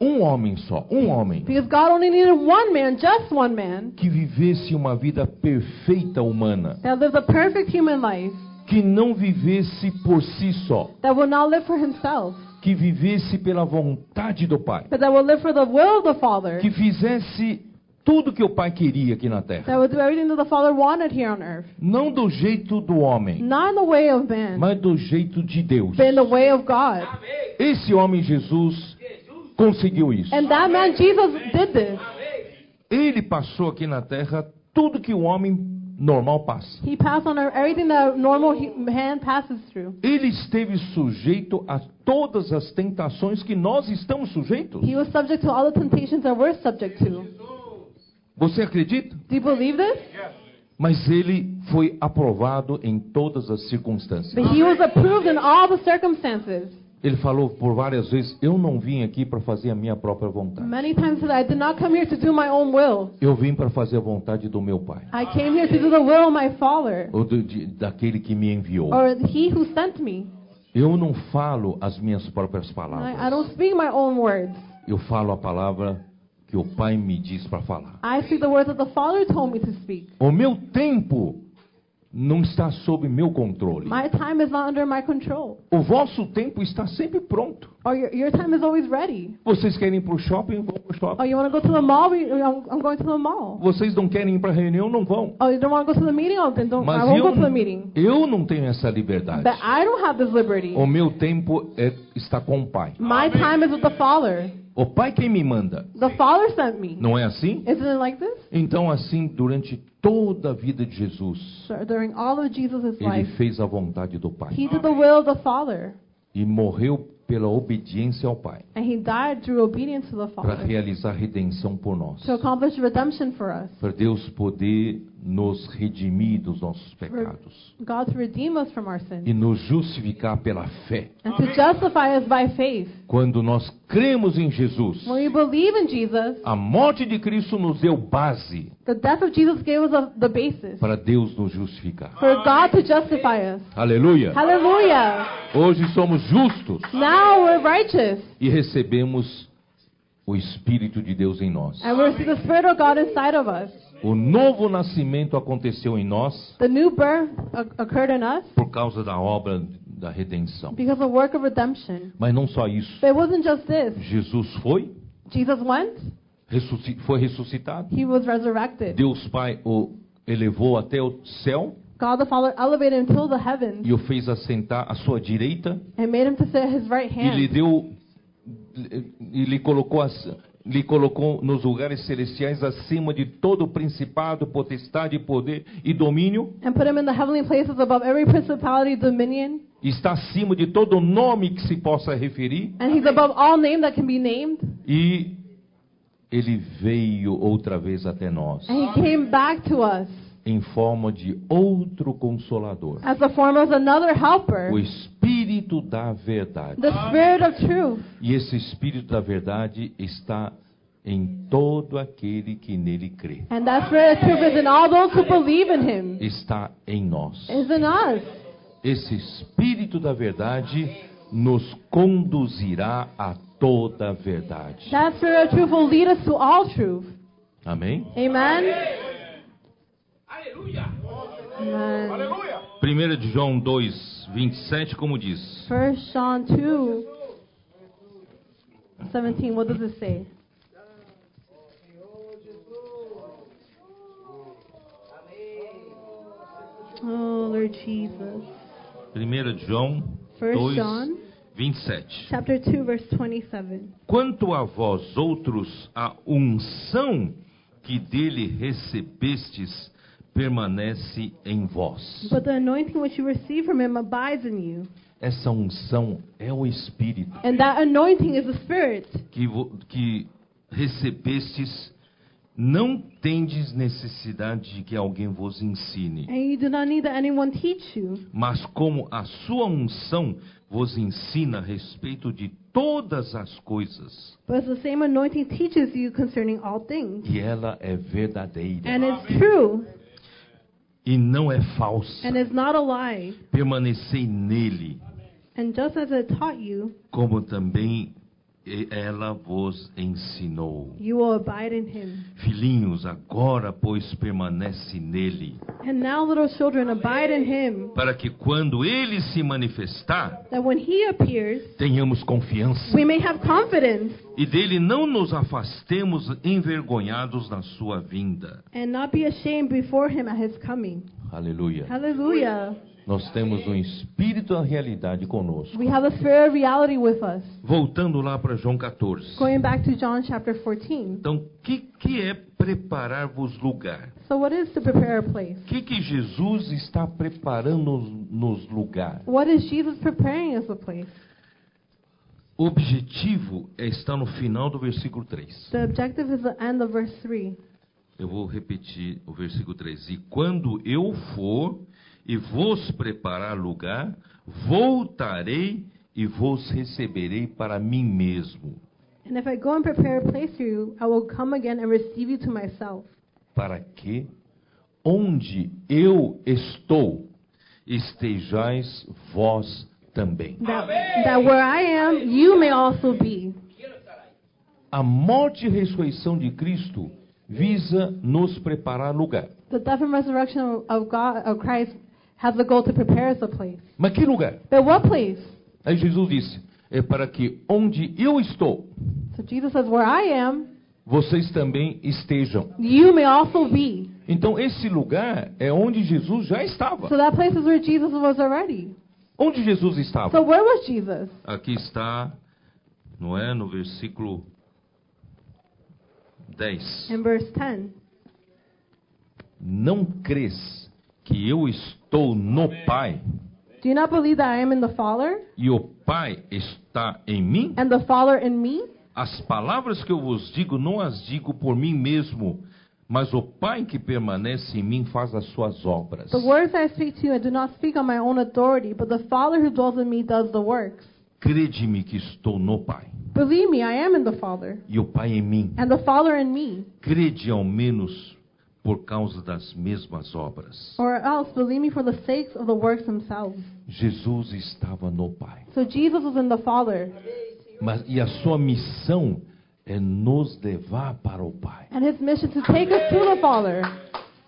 um homem só, um homem,
Because God only needed one man, just one man,
que vivesse uma vida perfeita humana,
that lived a perfect human life,
que não vivesse por si só,
that will not live for himself,
que vivesse pela vontade do Pai,
but that will live for the will of the Father,
que fizesse tudo que o Pai queria aqui na terra,
that will do everything that the Father wanted here on earth.
não do jeito do homem,
Not in the way of man,
mas do jeito de Deus.
but in the way of God.
Esse homem Jesus conseguiu isso.
And that man, Jesus, did this.
Ele passou aqui na terra tudo que o homem normal passa.
He passed on everything that a normal hu- man passes through.
Ele esteve sujeito a todas as tentações que nós estamos sujeitos.
He was subject to all the temptations that we're subject to. Do
Você acredita?
you believe this?
Mas ele foi aprovado em todas as circunstâncias.
But he was approved in all the circumstances.
Ele falou por várias vezes: Eu não vim aqui para fazer a minha própria vontade.
Many times said, I did not come here to do my own will.
Eu vim para fazer a vontade do meu Pai,
I came here to do the will of my Father,
ou do, de, daquele que me enviou.
or He who sent me.
Eu não falo as minhas próprias
I, I
palavras.
don't speak my own words.
Eu falo a palavra que o Pai me diz para falar.
I speak the words that the Father told me to speak.
O meu tempo não está sob meu controle.
My time is not under my control,
O vosso tempo está sempre pronto.
or your, your time is always ready.
Vocês querem ir para o shopping? Vão para o
Oh,
shopping.
you want to go to the mall? We, I'm, I'm going to the mall.
Vocês não querem ir para a reunião? Não vão.
Oh, you don't want to go to the meeting? Oh, then don't.
Mas
I won't go to the meeting.
eu, eu não tenho essa liberdade.
But I don't have this liberty.
O meu tempo é- está com o Pai.
My time is with the Father.
O Pai quem me manda.
The Father sent me.
Não é assim?
Isn't it like this?
Então, assim, durante toda a vida de Jesus,
Sure, During all of Jesus'
ele
life,
fez a vontade do Pai
He did the will of the Father,
e morreu pela obediência ao Pai
and He died through obedience to the
para
Father
realizar a redenção por nós.
to accomplish redemption for us,
para Deus poder nos redimir dos nossos pecados
God to redeem us from our
e
sins,
nos justificar pela fé.
and to justify us by faith.
Quando nós cremos em Jesus,
When we believe in Jesus,
a morte de Cristo nos deu base
the death of Jesus gave us a, the basis
para Deus nos justificar.
for God to justify us.
Aleluia!
Hallelujah!
Hoje somos justos
Now we're righteous,
e recebemos o Espírito de Deus em nós.
and we receive the Spirit of God inside of us.
O novo nascimento aconteceu em nós
The new birth o- occurred in us
por causa da obra da redenção.
because of work of redemption.
Mas não só isso.
But it wasn't just this.
Jesus foi,
Jesus went,
ressusci- foi ressuscitado.
He was resurrected.
Deus Pai o elevou até o céu
God the Father elevated him till the heavens
e o fez assentar à sua direita
and made him to sit at his right
e lhe
hand
deu e lhe colocou as- lhe colocou nos lugares celestiais acima de todo principado, potestade, poder e domínio,
and put him in the heavenly places above every principality, dominion,
e está acima de todo nome que se possa referir,
and he's above all name that can be named.
e ele veio outra vez até nós,
And he came back to us
em forma de outro consolador,
as the form of another helper,
o espírito da verdade.
the Spirit of truth.
E esse Espírito da verdade está em todo aquele que nele crê.
And that Spirit of truth is in all those who believe in him,
Está em nós.
is in us.
Esse Espírito da verdade nos conduzirá a toda a verdade.
That Spirit of truth will lead us to all truth.
Amém?
Amen?
Aleluia!
Amen.
Aleluia!
1 de João 2, 27, como diz?
1 John 2, 17, what does it say? Oh, Lord Jesus.
1 de João
1
2,
John
27.
chapter 2, verse 27.
Quanto a vós outros, a unção que dele recebestes permanece em vós.
But the anointing which you receive from him abides in you.
Essa unção é o Espírito
And that anointing is the Spirit,
que, vo- que recebestes. Não tendes necessidade de que alguém vos ensine,
and you do not need that anyone teach you.
mas como a sua unção vos ensina a respeito de todas as coisas,
But as the same anointing teaches you concerning all things.
e ela é verdadeira
And it's true,
e não é falsa.
and it's not a lie.
Permanecei nele,
And just as it taught you,
como também e ela vos ensinou.
You will abide in him.
Filhinhos, agora, pois, permanece nele,
And now, little children, abide in him,
para que quando ele se manifestar,
that when he appears,
tenhamos confiança
we may have confidence
e dele não nos afastemos envergonhados na sua vinda.
and not be ashamed before him at his coming.
Aleluia.
Hallelujah.
Nós temos um espírito da realidade conosco.
We have the spirit of reality with us.
Voltando lá para João 14.
Going back to John chapter 14.
Então, o que, que é preparar-vos lugar?
So, what is to prepare a place?
O que, que Jesus está preparando-nos lugar?
What is Jesus preparing us a place?
O objetivo é está no final do versículo 3.
The objective is the end of verse 3.
Eu vou repetir o versículo 3. E quando eu for e vos preparar lugar, voltarei e vos receberei para mim mesmo,
And if I go and prepare a place for you, I will come again and receive you to myself,
para que onde eu estou estejais vós também.
that, that where I am, you may also be.
Quiero estar ahí.
A morte e ressurreição de Cristo visa nos preparar lugar.
The death and resurrection of- of God of Christ has the goal to prepare us a place.
Mas que lugar?
But what place?
Aí Jesus disse: é para que onde eu estou,
So Jesus says, Where I am,
vocês também estejam.
you may also be.
Então esse lugar é onde Jesus já
So
estava.
that place is where Jesus was already.
Onde Jesus
So
estava?
where was Jesus?
Aqui está, não é? No versículo 10.
In verse 10.
Não crês que eu estou no Pai
Do you not believe that I am in the Father,
e o Pai está em mim?
and the Father in me?
As palavras que eu vos digo não as digo por mim mesmo, mas o Pai que permanece em mim faz as suas obras.
The words I speak to you, I do not speak on my own authority, but the Father who dwells in me does the works.
Crede-me que estou no Pai
Believe me, I am in the Father,
e o Pai em mim.
and the Father in me.
crede ao menos por causa das mesmas obras.
Or else, believe me for the sakes of the works themselves.
Jesus estava no Pai,
So Jesus was in the Father,
mas e a sua missão é nos levar para o Pai.
and his mission to take us to the Father.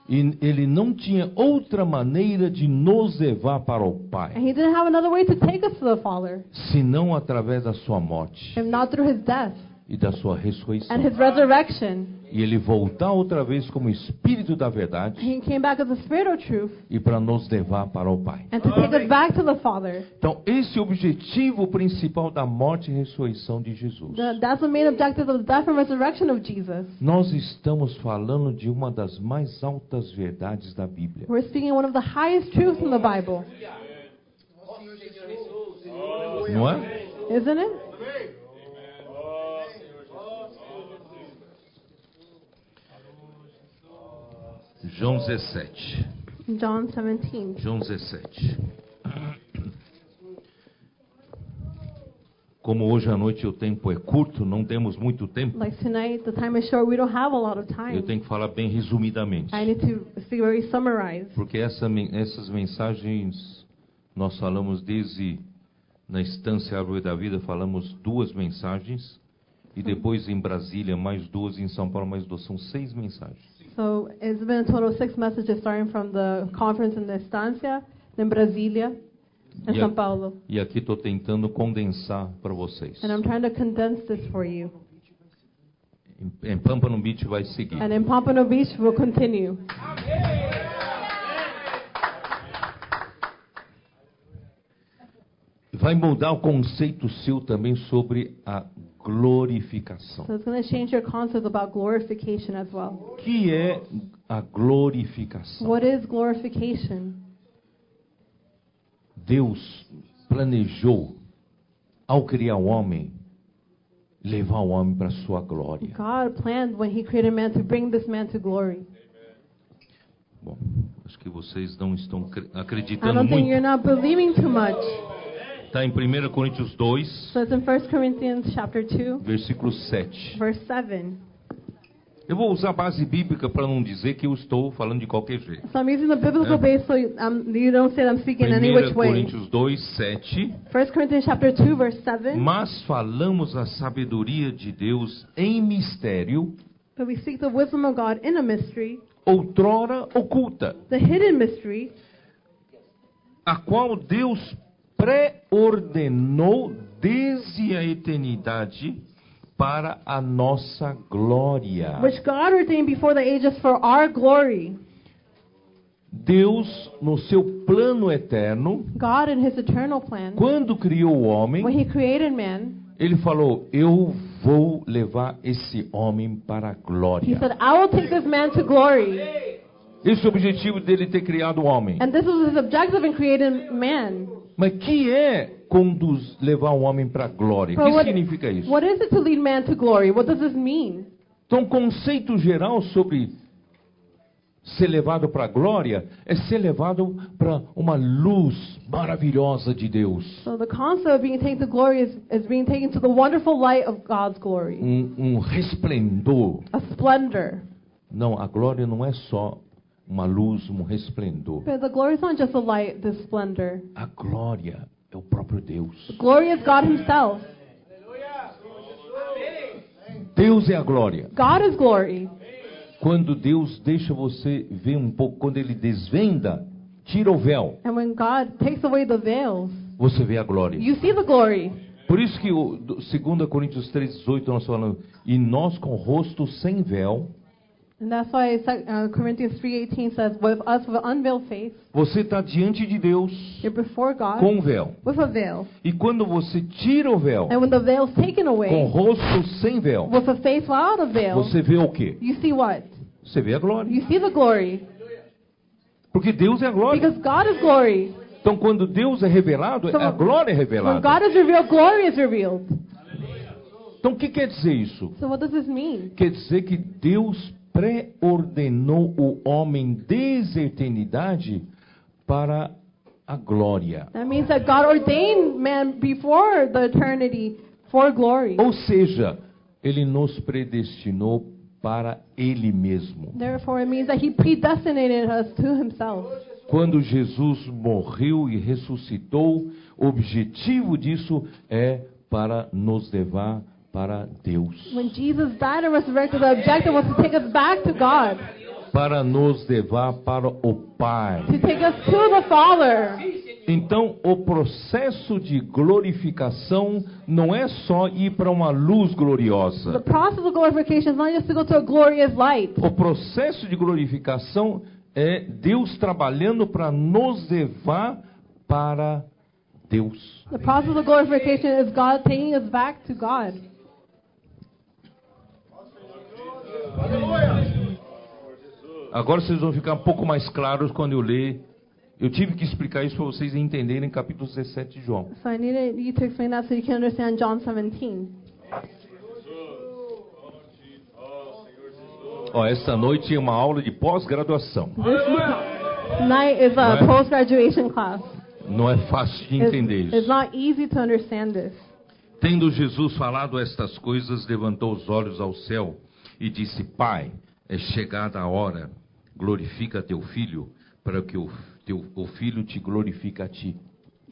E ele não tinha outra maneira de nos levar para o
And
Pai,
he didn't have another way to take us to the Father,
senão através da sua morte
if not through his death
e da sua
and
ressurreição.
his resurrection.
E ele voltar outra vez como Espírito da
And
verdade
He came back as the Spirit of truth
e para nos levar para o Pai.
and to take us back to the Father.
Então, esse é o objetivo principal da morte e ressurreição de Jesus.
The, that's the main objective of the death and resurrection of Jesus.
Nós estamos falando de uma das mais altas verdades da Bíblia.
We're speaking one of the highest truths in the Bible,
Não é?
isn't it?
João 17.
John 17.
João 17. Como hoje à noite o tempo é curto, não temos muito tempo,
Like tonight, the time is short. We don't have a lot of
eu
time.
tenho que falar bem resumidamente.
I need to speak very summarized
Porque essa men- essas mensagens nós falamos desde na estância Árvore da Vida, falamos duas mensagens. E depois em Brasília, mais duas, em São Paulo, mais duas. São seis mensagens.
So it's been a total of six messages starting from the conference in the Estancia, then Brasilia, and
Yeah.
São Paulo.
E aqui estou tentando condensar para vocês.
And I'm trying to condense this for you.
Em, em Pampano Beach vai seguir.
And in Pompano Beach, we'll continue.
Vai mudar o conceito seu também sobre a glorificação.
So it's going to change your concept about glorification as well.
O que é a glorificação?
What is glorification?
Deus planejou, ao criar o homem, levar o homem para a sua glória.
God planned when He created man to bring this man to glory.
Bom, acho que vocês não estão cre-
Ah, I
acreditando
don't think you're
muito.
not believing too much.
Está em 1 Coríntios 2,
So it's in 1 Corinthians chapter 2,
versículo 7.
verse 7.
Eu vou usar base bíblica para não dizer que eu estou falando de qualquer jeito.
So I'm using the biblical base so you, um, you don't say that I'm speaking any
1
which way.
Coríntios 2, 7.
1 Corinthians chapter 2 verse 7.
Mas falamos a sabedoria de Deus em mistério,
But we seek the wisdom of God in a mystery,
outrora oculta,
the hidden mystery,
a qual Deus pré-ordenou desde a eternidade para a nossa glória.
which God ordained before the ages for our glory.
Deus, no seu plano eterno,
God in his eternal plan,
quando criou o
when
homem,
he created man,
ele falou: Eu vou levar esse homem para a
he
glória.
said, I will take this man to glory.
Esse é o objetivo dele ter criado o homem.
And this was his objective in creating man.
Mas que é conduz, levar o homem para a glória? O
But
que
what-
significa isso?
What is it to lead man to glory? What does this mean?
Então, conceito geral sobre ser levado para a glória é ser levado para uma luz maravilhosa de Deus.
So the concept of being taken to glory is, is being taken to the wonderful light of God's glory,
Um, um resplendor.
a splendor.
Não, a glória não é só uma luz, um resplendor.
But the glory is not just the light, the splendor.
A glória é o próprio Deus.
Glory is God Himself.
Deus é a glória.
God is glory.
Quando Deus deixa você ver um pouco, quando Ele desvenda, tira o véu,
And when God takes away the veils,
você vê a glória.
you see the glory.
Por isso que o do- 2 Coríntios 3,18 nós falamos, e nós com o rosto sem véu,
And that's why sec- uh, Corinthians 3:18 says, "With us with unveiled face,
você está diante de Deus
you're before God
com o véu.
with a veil."
E quando você tira É o véu,
And when the veil's taken
com o
away,
rosto sem véu,
with a face without a veil,
você vê o quê?
you see what?
Você vê a glória.
You see the glory
Porque Deus é a glória.
because God is glory.
Então quando Deus é revelado,
Então,
a glória é
When
revelada.
God is revealed, glory is revealed.
Então o que quer dizer isso?
So what does this mean?
Quer dizer que Deus pré-ordenou o homem desde a eternidade para a glória.
That means that God ordained man before the eternity for glory.
Ou seja, ele nos predestinou para ele mesmo.
Therefore, it means that He predestinated us to Himself.
Quando Jesus morreu e ressuscitou, o objetivo disso é para nos levar para Deus,
When Jesus died and resurrected, the objective was to take us back to God,
para nos levar para o Pai.
to take us to the Father.
Então, o processo de glorificação não é só ir para uma luz
The
gloriosa.
process of glorification is not just to go to a glorious light.
O processo de glorificação é Deus trabalhando para nos levar para Deus.
The process of glorification is God taking us back to God.
Agora vocês vão ficar um pouco mais claros quando eu ler. Eu tive que explicar isso para vocês entenderem capítulo 17 de João.
So I needed you to explain that so you can understand John 17.
Ó, esta noite é uma aula de pós-graduação.
This night is a
Right.
post-graduation class.
Não é fácil de
It's,
entender isso.
it's not easy to understand this.
Tendo Jesus falado estas coisas, levantou os olhos ao céu e disse: Pai, é chegada a hora, glorifica teu filho, para que o, teu, o filho te glorifique a ti.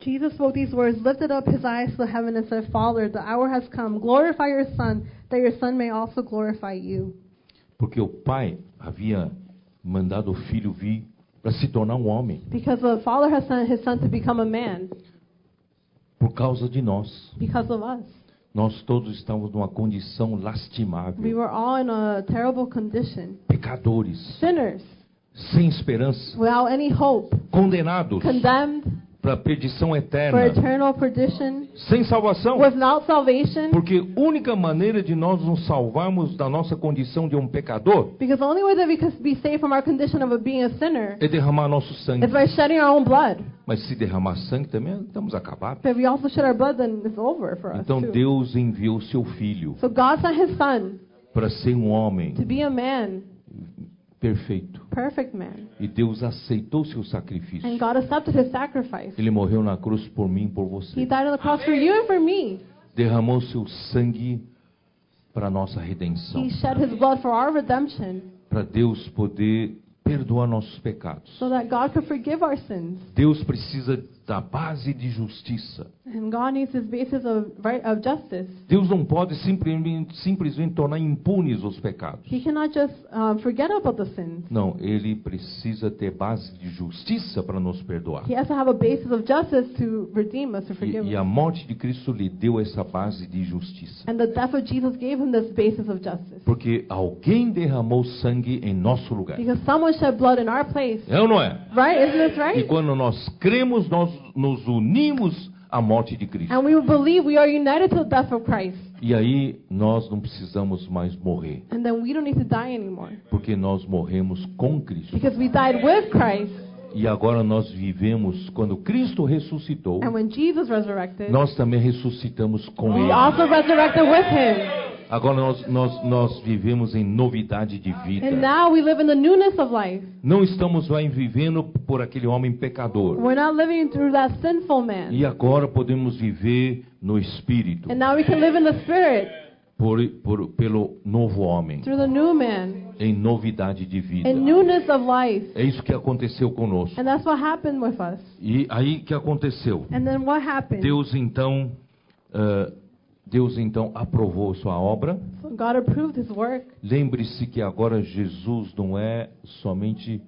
Jesus spoke these words, lifted up his eyes to heaven, and said, Father, the hour has come. Glorify your Son, that your Son may also glorify you.
Porque o pai havia mandado o filho vir para se tornar um homem,
Because the Father has sent his Son to become a man
por causa de nós.
because of us.
Nós todos estamos numa condição
We
lastimável,
were all in a terrible condition
pecadores,
sinners,
sem esperança,
without any hope,
condenados
condemned
para a perdição
for
eterna,
eternal perdition,
sem salvação.
without salvation.
Porque a única maneira de nós nos salvarmos da nossa condição de um pecador
Because the only way that we could be saved from our condition of being a sinner
é derramar nosso
is
sangue.
by shedding our own blood.
Mas se derramar sangue também estamos acabados.
But if we also shed our blood, then it's over for us.
Então
too.
Deus enviou seu filho
So God sent his Son
para ser um homem
to be a man,
perfeito.
perfect man.
E Deus aceitou seu
And
sacrifício.
God accepted his sacrifice.
Ele morreu na cruz por mim e por
He
você.
died on the cross for you and for me.
Derramou seu sangue para a nossa redenção,
He shed his blood for our redemption
para Deus poder perdoar nossos pecados.
so that God could forgive our sins.
Deus precisa da base de justiça.
And God needs his basis of, right, of justice.
Deus não pode simplesmente, simplesmente tornar impunes os pecados.
He cannot just um, forget about the sins.
Não, ele precisa ter base de justiça para nos perdoar.
He has to have a basis of justice to redeem us, to
E,
forgive
e a
us.
morte de Cristo lhe deu essa base de justiça.
And the death of Jesus gave him this basis of justice.
Porque alguém derramou sangue em nosso lugar.
Because someone shed blood in our place.
É ou não é?
Right? Isn't this
E
right?
quando nós cremos, nós nos unimos à morte de Cristo.
And we believe we are united to the death of Christ.
E aí nós não precisamos mais morrer,
And then we don't need to die anymore.
porque nós morremos com Cristo.
Because we died with Christ.
E agora nós vivemos, quando Cristo ressuscitou,
And when Jesus resurrected,
nós também ressuscitamos com
we
Ele.
also resurrected with him.
Agora nós, nós, nós vivemos em novidade de
And
vida.
now we live in the newness of life.
Não estamos mais vivendo por aquele homem pecador.
We're not living through that sinful man.
E agora podemos viver no Espírito,
And now we can live in the Spirit
por, por, pelo novo homem,
through the new man
em novidade de vida.
and newness of life.
É isso que aconteceu conosco.
And that's what happened with us.
E aí que aconteceu?
And then what happened?
Deus então, ah, Deus então aprovou sua obra.
So God approved his work.
Lembre-se que agora Jesus não é somente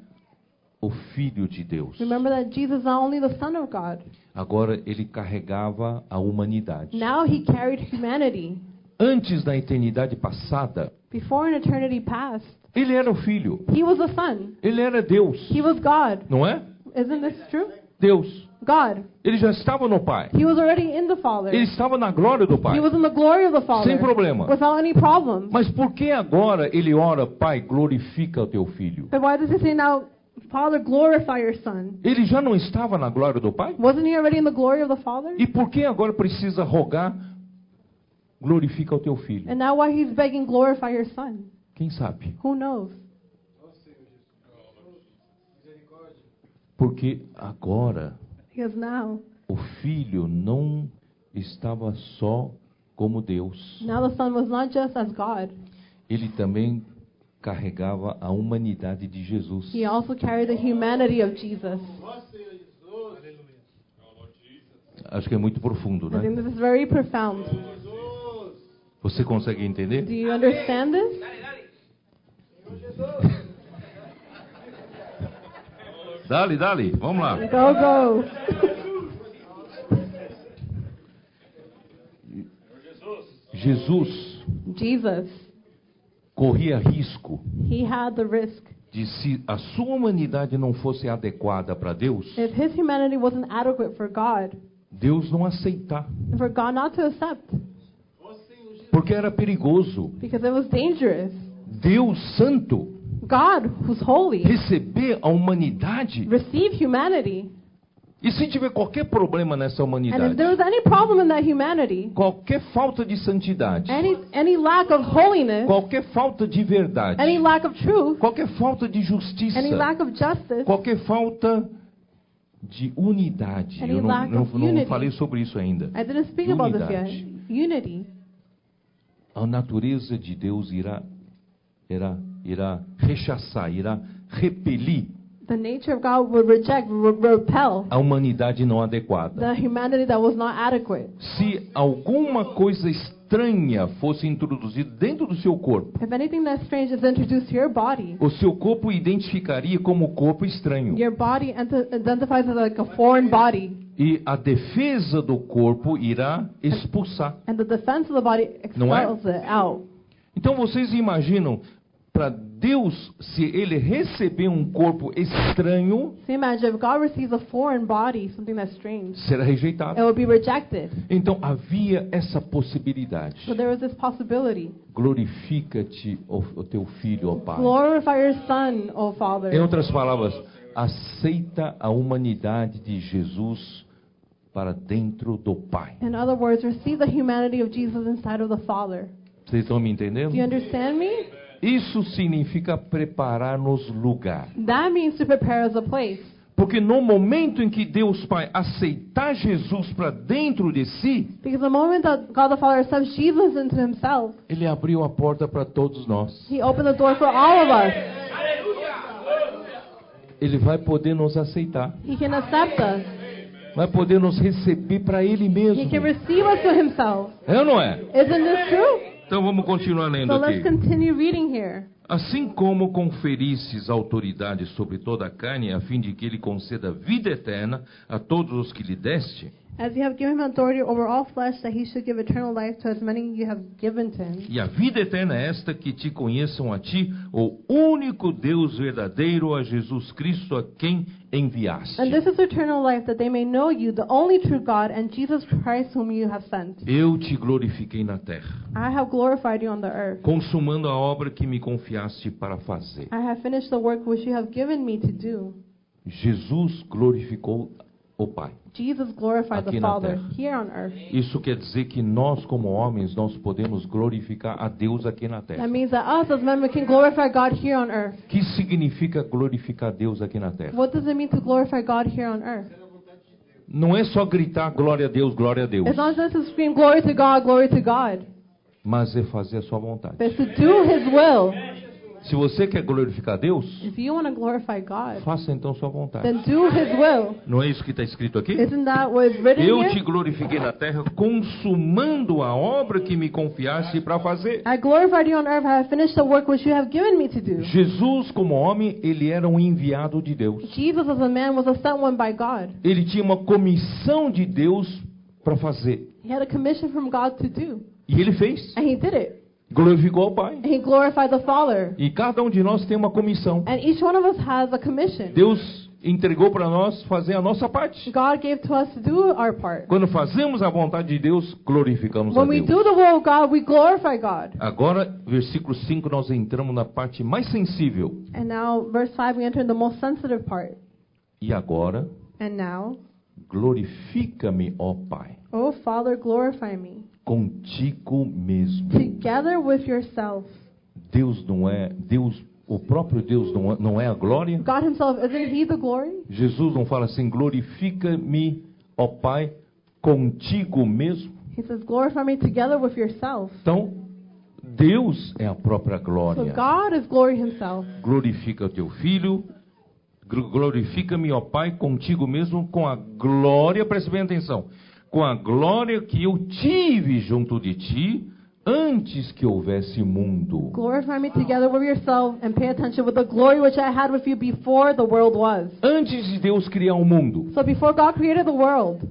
o Filho de Deus.
Remember that Jesus is not only the Son of God.
Agora ele carregava a humanidade.
Now he carried humanity.
Antes da eternidade passada,
Before an eternity passed,
ele era o Filho.
he was the Son.
Ele era Deus.
He was God.
Não é?
Isn't this true?
Deus.
God.
Ele já estava no Pai.
He was already in the Father.
Ele estava na glória do Pai.
He was in the glory of the Father.
Sem problema.
Without any problem.
Mas por que agora ele ora, Pai, glorifica o teu filho?
But why does he say now, Father, glorify your Son?
Ele já não estava na glória do Pai?
Wasn't he already in the glory of the Father?
E por que agora precisa rogar, glorifica o teu filho?
And now why he's begging, glorify your Son?
Quem sabe?
Who knows?
Porque agora
Because now,
o filho não estava só como Deus,
now the Son was not just as God.
ele também carregava a humanidade de Jesus.
He also carried the humanity of Jesus.
Acho que é muito profundo,
I think
né?
this is very profound.
Você consegue
Do
entender?
you understand this?
Dale, dale.
Dale, dale, vamos lá.
Go, go.
Jesus
Jesus,
corria risco
he had the risk.
de se a sua humanidade não fosse adequada para Deus,
If his humanity wasn't adequate for God,
Deus não aceitar,
for God not to accept,
porque era perigoso.
because it was dangerous.
Deus santo
God, who's holy,
receber a humanidade.
receive humanity.
E se tiver qualquer problema nessa
And if there
humanidade,
was any problem in that humanity,
qualquer falta de santidade,
any any lack of holiness,
qualquer falta de verdade,
any lack of truth,
qualquer falta de justiça,
any lack of justice,
qualquer falta de unidade.
Any
Eu não,
lack
não,
of
não
unity.
falei sobre isso ainda.
I didn't speak about this yet.
Unidade.
Unity.
a natureza de Deus irá, irá, irá rechaçar, irá repelir
The nature of God would reject, would repel
a humanidade não adequada.
the humanity that was not adequate.
Se alguma coisa estranha fosse introduzida dentro do seu corpo,
If anything that's strange is introduced to your body,
o seu corpo identificaria como um corpo estranho.
your body ent- identifies as like a foreign body,
E a defesa do corpo irá expulsar.
and the defense of the body
Não é?
expels it out.
Então vocês imaginam, para Deus, se ele receber um corpo estranho,
So imagine if God receives a foreign body, something that's strange,
será
it
rejeitado.
will be rejected.
Então havia essa possibilidade.
So there was this possibility.
glorifica-te o, o teu filho, ó Pai.
Glorify your Son, O Father.
Em outras palavras, aceita a humanidade de Jesus para dentro do Pai.
In other words, receive the humanity of Jesus inside of the Father.
Vocês estão me
Do you
entendendo?
understand me?
Isso significa preparar-nos lugar
That means to prepare as a place
Porque no momento em que Deus Pai aceitar Jesus para dentro de si,
Because the moment that God the Father accepts Jesus into himself,
ele abriu a porta para todos nós.
he opened the door for all of us.
Aleluya.
Ele vai poder nos aceitar,
He can accept us.
vai poder nos receber para ele mesmo.
He can receive us to himself.
É ou não é?
Isn't this true?
Então vamos continuar lendo
So
aqui.
let's continue reading here.
Assim como conferisses autoridade sobre toda a carne, a fim de que ele conceda vida eterna a todos os que lhe deste,
As you have given him authority over all flesh, that he should give eternal life to as many you have given to him.
e a vida eterna é esta que te conheçam a ti, o único Deus verdadeiro, a Jesus Cristo, a quem enviaste.
And this is eternal life, that they may know you, the only true God, and Jesus Christ, whom you have sent.
Eu te glorifiquei na terra,
I have glorified you on the earth.
consumando a obra que me confiaste para fazer.
I have finished the work which you have given me to do.
Jesus glorificou o Pai.
Jesus glorified
Aquí
the
en la
Father
tierra.
here on earth.
Isso quer dizer que nós, como homens, nós podemos glorificar a Deus aqui na terra.
That means that us as men we can glorify God here on earth.
O que significa glorificar Deus aqui na terra?
What does it mean to glorify God here on earth?
Não é só gritar glória a Deus, glória a Deus,
It's not just to scream glory to God, glory to God,
mas é fazer a sua vontade.
but it's to do His will.
Se você quer glorificar Deus,
If you want to glorify God,
faça então sua vontade.
then do His will.
Não é isso que está escrito aqui?
Isn't that what is written
Eu te
here?
glorifiquei na terra, consumando a obra que me confiaste para fazer.
I glorified you on earth. I have finished the work which you have given me to do.
Jesus, como homem, ele era um enviado de Deus.
Jesus as a man was a sent one by God.
Ele tinha uma comissão de Deus para fazer.
He had a commission from God to do,
E ele fez.
and He did it.
Glorificou o Pai.
And He glorified the Father.
E cada um de nós tem uma comissão.
And each one of us has a commission.
Deus entregou para nós fazer a nossa parte.
God gave to us to do our part.
Quando fazemos a vontade de Deus, glorificamos a
When we
Deus.
do the will of God, we glorify God.
Agora, versículo 5, nós entramos na parte mais sensível.
And now, verse 5, we enter the most sensitive part.
E agora,
And now,
glorifica-me, ó Pai,
O Father, glorify me,
contigo mesmo.
together with yourself.
Deus não é, Deus, o próprio Deus não é, não é a glória.
God Himself, isn't He the glory?
Jesus não fala assim, glorifica-me, ó Pai, contigo mesmo.
He says, glorify me together with yourself.
Então, Deus é a própria
So
glória.
God is glory Himself.
glorifica o teu filho, gl- glorifica-me, ó Pai, contigo mesmo, com a glória, preste bem atenção, com a glória que eu tive junto de ti antes que houvesse mundo.
Glorify me together with yourself and pay attention with the glory which I had with you before the world was.
Antes de Deus criar o mundo,
So before God created the world,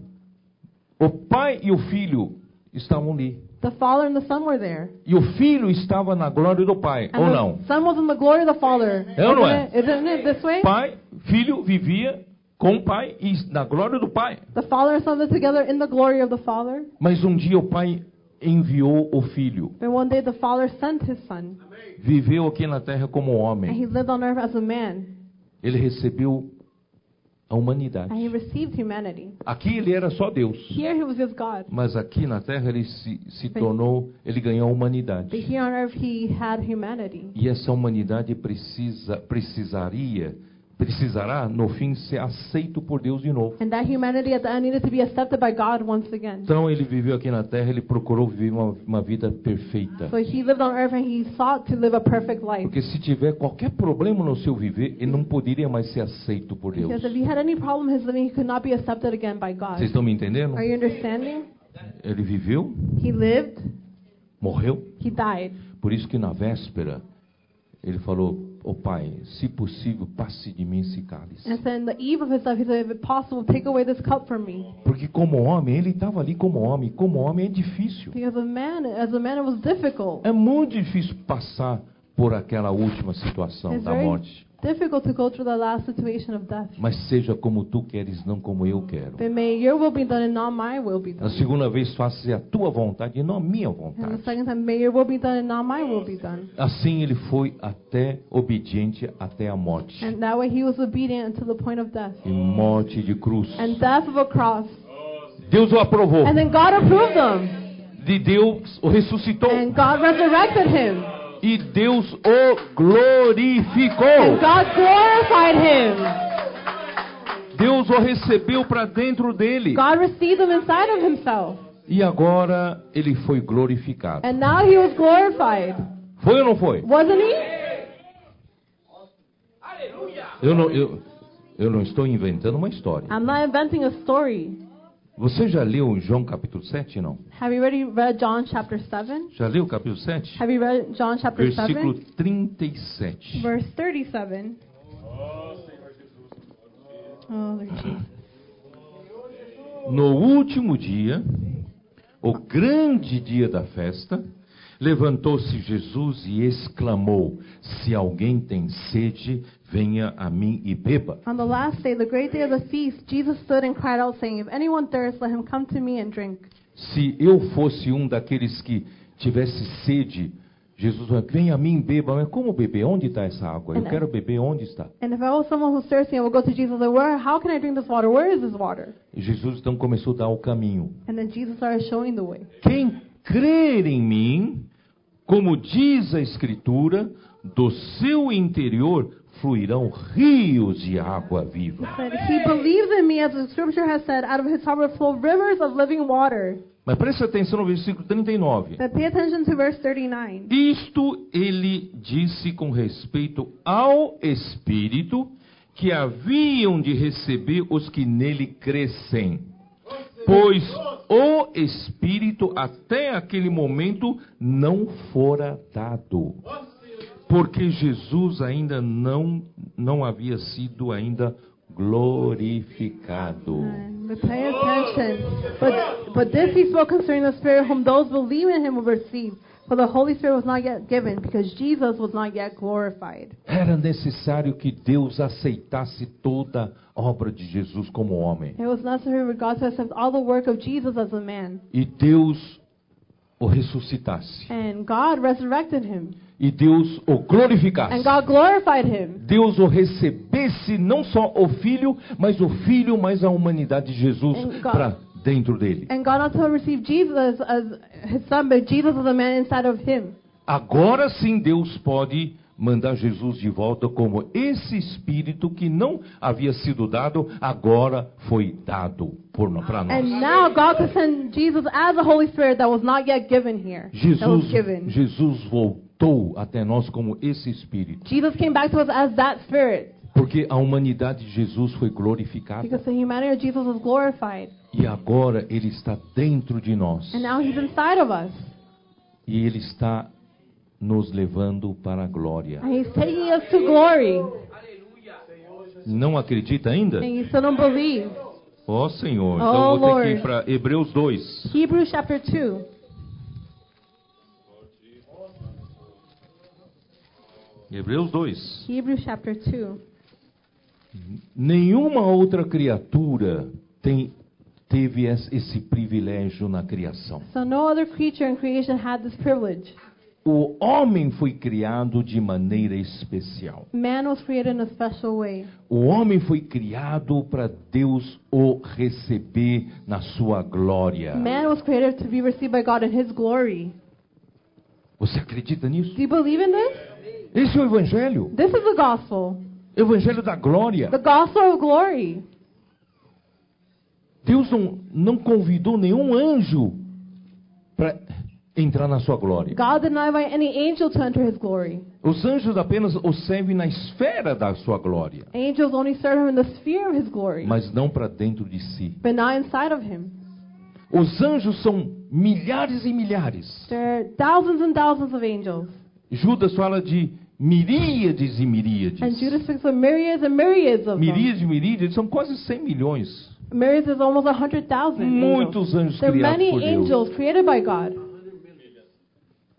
o Pai e o Filho estavam ali.
the Father and the Son were there.
E o Filho estava na glória do Pai,
And
ou
the
não?
Son was in the glory of the Father.
É ou não é?
Isn't it- isn't it this way?
Pai, Filho vivia com o Pai e na glória do Pai.
The Father and Son lived together in the glory of the Father.
Mas um dia o Pai enviou o Filho.
But one day the Father sent His Son,
Viveu aqui na terra como homem.
and He lived on earth as a man,
Ele recebeu a
and He
humanidade.
received humanity.
Aqui ele era só Deus,
Here He was just God,
mas aqui na terra ele se, se tornou, ele ganhou a
but
humanidade.
here on earth He had humanity.
E essa humanidade precisa, precisaria, precisará no fim ser aceito por Deus de novo.
And that humanity at the end needed to be accepted by God once again.
Então ele viveu aqui na terra, ele procurou viver uma, uma vida perfeita.
So He lived on earth and He sought to live a perfect life.
Porque se tiver qualquer problema no seu viver, ele não poderia mais ser aceito por Deus.
Because if He had any problem in His living, He could not be accepted again by God.
Vocês estão me entendendo?
Are you understanding?
Ele viveu,
He lived,
morreu,
He died.
Por isso que na véspera ele falou: "Ô Pai, se possível, passe de mim esse cálice".
And so in the eve of His death, He said, if it possible, take away this cup from me.
Porque como homem, ele estava ali como homem, como homem é difícil.
Because a man, as a man, it was difficult.
É muito difícil passar por aquela última situação
It's
da
very
morte.
difficult to go through the last situation of death.
Mas seja como tu queres, não como eu quero.
But may your will be done and not my will be
A
done.
segunda vez faça a tua vontade e não a minha
And the
vontade.
second time, may your will be done and not my will be done.
Assim ele foi até obediente até a morte.
And that way he was obedient to the point of death.
E morte de cruz.
And death of a cross.
Deus o aprovou.
And then God approved him.
De Deus o ressuscitou.
And God resurrected him.
E Deus o
And
glorificou.
God glorified him.
Deus o recebeu para dentro dele.
God received him inside of himself.
E agora ele foi glorificado.
And now he was glorified.
Foi ou não foi?
Wasn't he?
Aleluya.
Eu não, eu, eu não estou inventando uma história.
I'm not inventing a story.
Você já leu João capítulo 7, não?
Have you already read John chapter 7?
Já leu o capítulo 7?
Have you read John chapter
Versículo
7?
37.
Verse 37. Oh, Lord Jesus.
No último dia, o grande dia da festa, levantou-se Jesus e exclamou: Se alguém tem sede, venha a mim e beba.
On the last day, the great day of the feast, Jesus stood and cried out, saying, If anyone thirsts, let him come to me and drink.
Se eu fosse um daqueles que tivesse sede, Jesus vai, vem a mim e beba. Mas como beber? Onde está essa água? Eu quero beber, onde está?
And if I was someone who's thirsty, I would go to Jesus and say, Where, how can I drink this water? Where is this water?
E Jesus então começou a dar o caminho.
And then Jesus started showing the way.
Quem crer em mim, como diz a Escritura, do seu interior fluirão rios de água
He
viva.
said, He believes in me, as the scripture has said, out of his heart will flow rivers of living water.
Mas preste atenção no versículo 39.
But pay attention to verse 39.
Isto ele disse com respeito ao Espírito que haviam de receber os que nele crescem. Pois o Espírito até aquele momento não fora dado, porque Jesus ainda não, não havia sido ainda glorificado.
And But pay attention. But, but this he spoke concerning the Spirit, whom those believe in him will receive. For the Holy Spirit was not yet given, because Jesus was not yet glorified.
Era necessário que Deus aceitasse toda a obra de Jesus como homem.
It was necessary for God to accept all the work of Jesus as a man.
e Deus o ressuscitasse,
And God resurrected him.
e Deus o
And
glorificasse,
God glorified him.
Deus o recebesse não só o Filho, mas o Filho mais a humanidade de Jesus
And God-
para dentro dele.
And God also received Jesus as his son, but Jesus was a man inside of him.
Agora sim Deus pode mandar Jesus de volta como esse Espírito que não havia sido dado, agora foi dado para nós.
And now God could send Jesus as the Holy Spirit that was not yet given here. that
Jesus,
was given.
Jesus voltou até nós como esse Espírito,
Jesus came back to us as that Spirit
porque a humanidade de Jesus foi glorificada.
because the humanity of Jesus was glorified.
E agora ele está dentro de nós.
And now he's inside of us.
E ele está nos levando para a glória.
And he's taking us to glory.
Não acredita ainda?
And you still don't believe.
Ó Senhor,
Oh,
então vou ter que
Lord.
ir para Hebreus 2.
Hebrews chapter 2.
Hebreus 2.
Hebrews chapter 2.
Nenhuma outra criatura tem teve es- esse privilégio na criação.
So no other creature in creation had this privilege.
O homem foi criado de maneira especial.
Man was created in a special way.
O homem foi criado para Deus o receber na sua glória.
Man was created to be received by God in His glory.
Você acredita nisso?
Do you believe in this?
Esse é o evangelho.
This is the gospel.
É Evangelho da glória.
The gospel of glory.
Deus não, não convidou nenhum anjo para entrar na sua glória.
God did not invite any angel to enter His glory.
Os anjos apenas o servem na esfera da sua glória,
Angels only serve Him in the sphere of His glory,
mas não para dentro de si.
but not inside of Him.
Os anjos são milhares e milhares.
There are thousands and thousands of angels.
Judas fala de miríades e
And
miríades.
Judas speaks of myriads and myriads of them.
Miríades e miríades são quase 100 milhões.
Myriads is almost 100,000 angels.
Muitos anjos
There are
criados
many
por Deus,
angels created by God.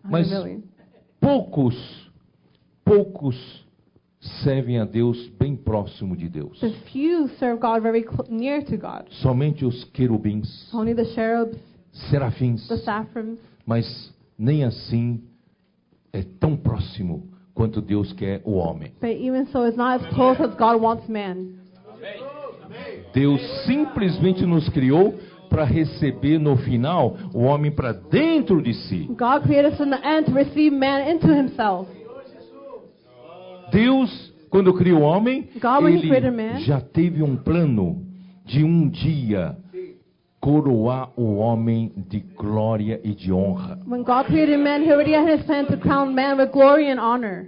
Mas-
100 million.
poucos, poucos servem a Deus bem próximo de Deus.
The few serve God very cl- near to God.
Somente os querubins,
Only the cherubs,
serafins,
the sachems,
mas nem assim é tão próximo quanto Deus quer o homem.
but even so, it's not as close as God wants man.
Deus simplesmente nos criou para receber no final o homem para dentro de si.
God created us in the end to receive man into himself.
Deus Quando criou o homem,
God, when he created
ele
man,
já teve um plano de um dia coroar o homem de glória e de honra.
When God created man, He already had His plan to crown man with glory and honor.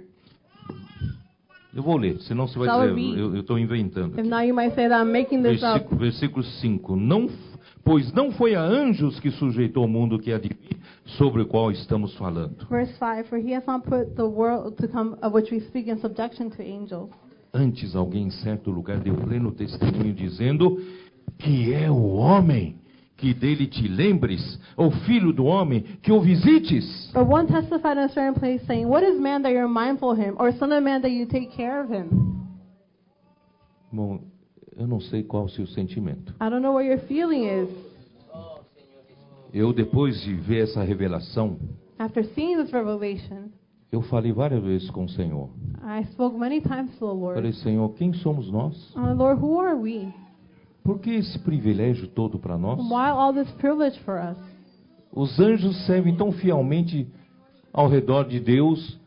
Eu vou ler, senão você vai
Só
dizer,
read.
eu estou inventando.
If not, you might say that I'm making this up.
Versículo, versículo 5. Não, f- pois não foi a anjos que sujeitou o mundo que há de vir, sobre o qual estamos falando.
Verse 5 For He has not put the world to come of which we speak in subjection to angels.
Antes alguém em certo lugar deu pleno testemunho dizendo que é o homem que dele te lembres, ou filho do homem que o visites.
But one testified in a certain place, saying, What is man that you're mindful of him, or son of man that you take care of him?
Bom, eu não sei qual o seu sentimento.
I don't know what your feeling is.
Eu depois de ver essa revelação,
After seeing this revelation,
eu falei várias vezes com o Senhor.
I spoke many times to the
Falei,
Lord.
Senhor, quem somos nós?
Uh, Lord, who are we?
Por que esse privilégio todo para nós?
And Why all this privilege for us?
Os anjos servem tão fielmente ao redor de Deus,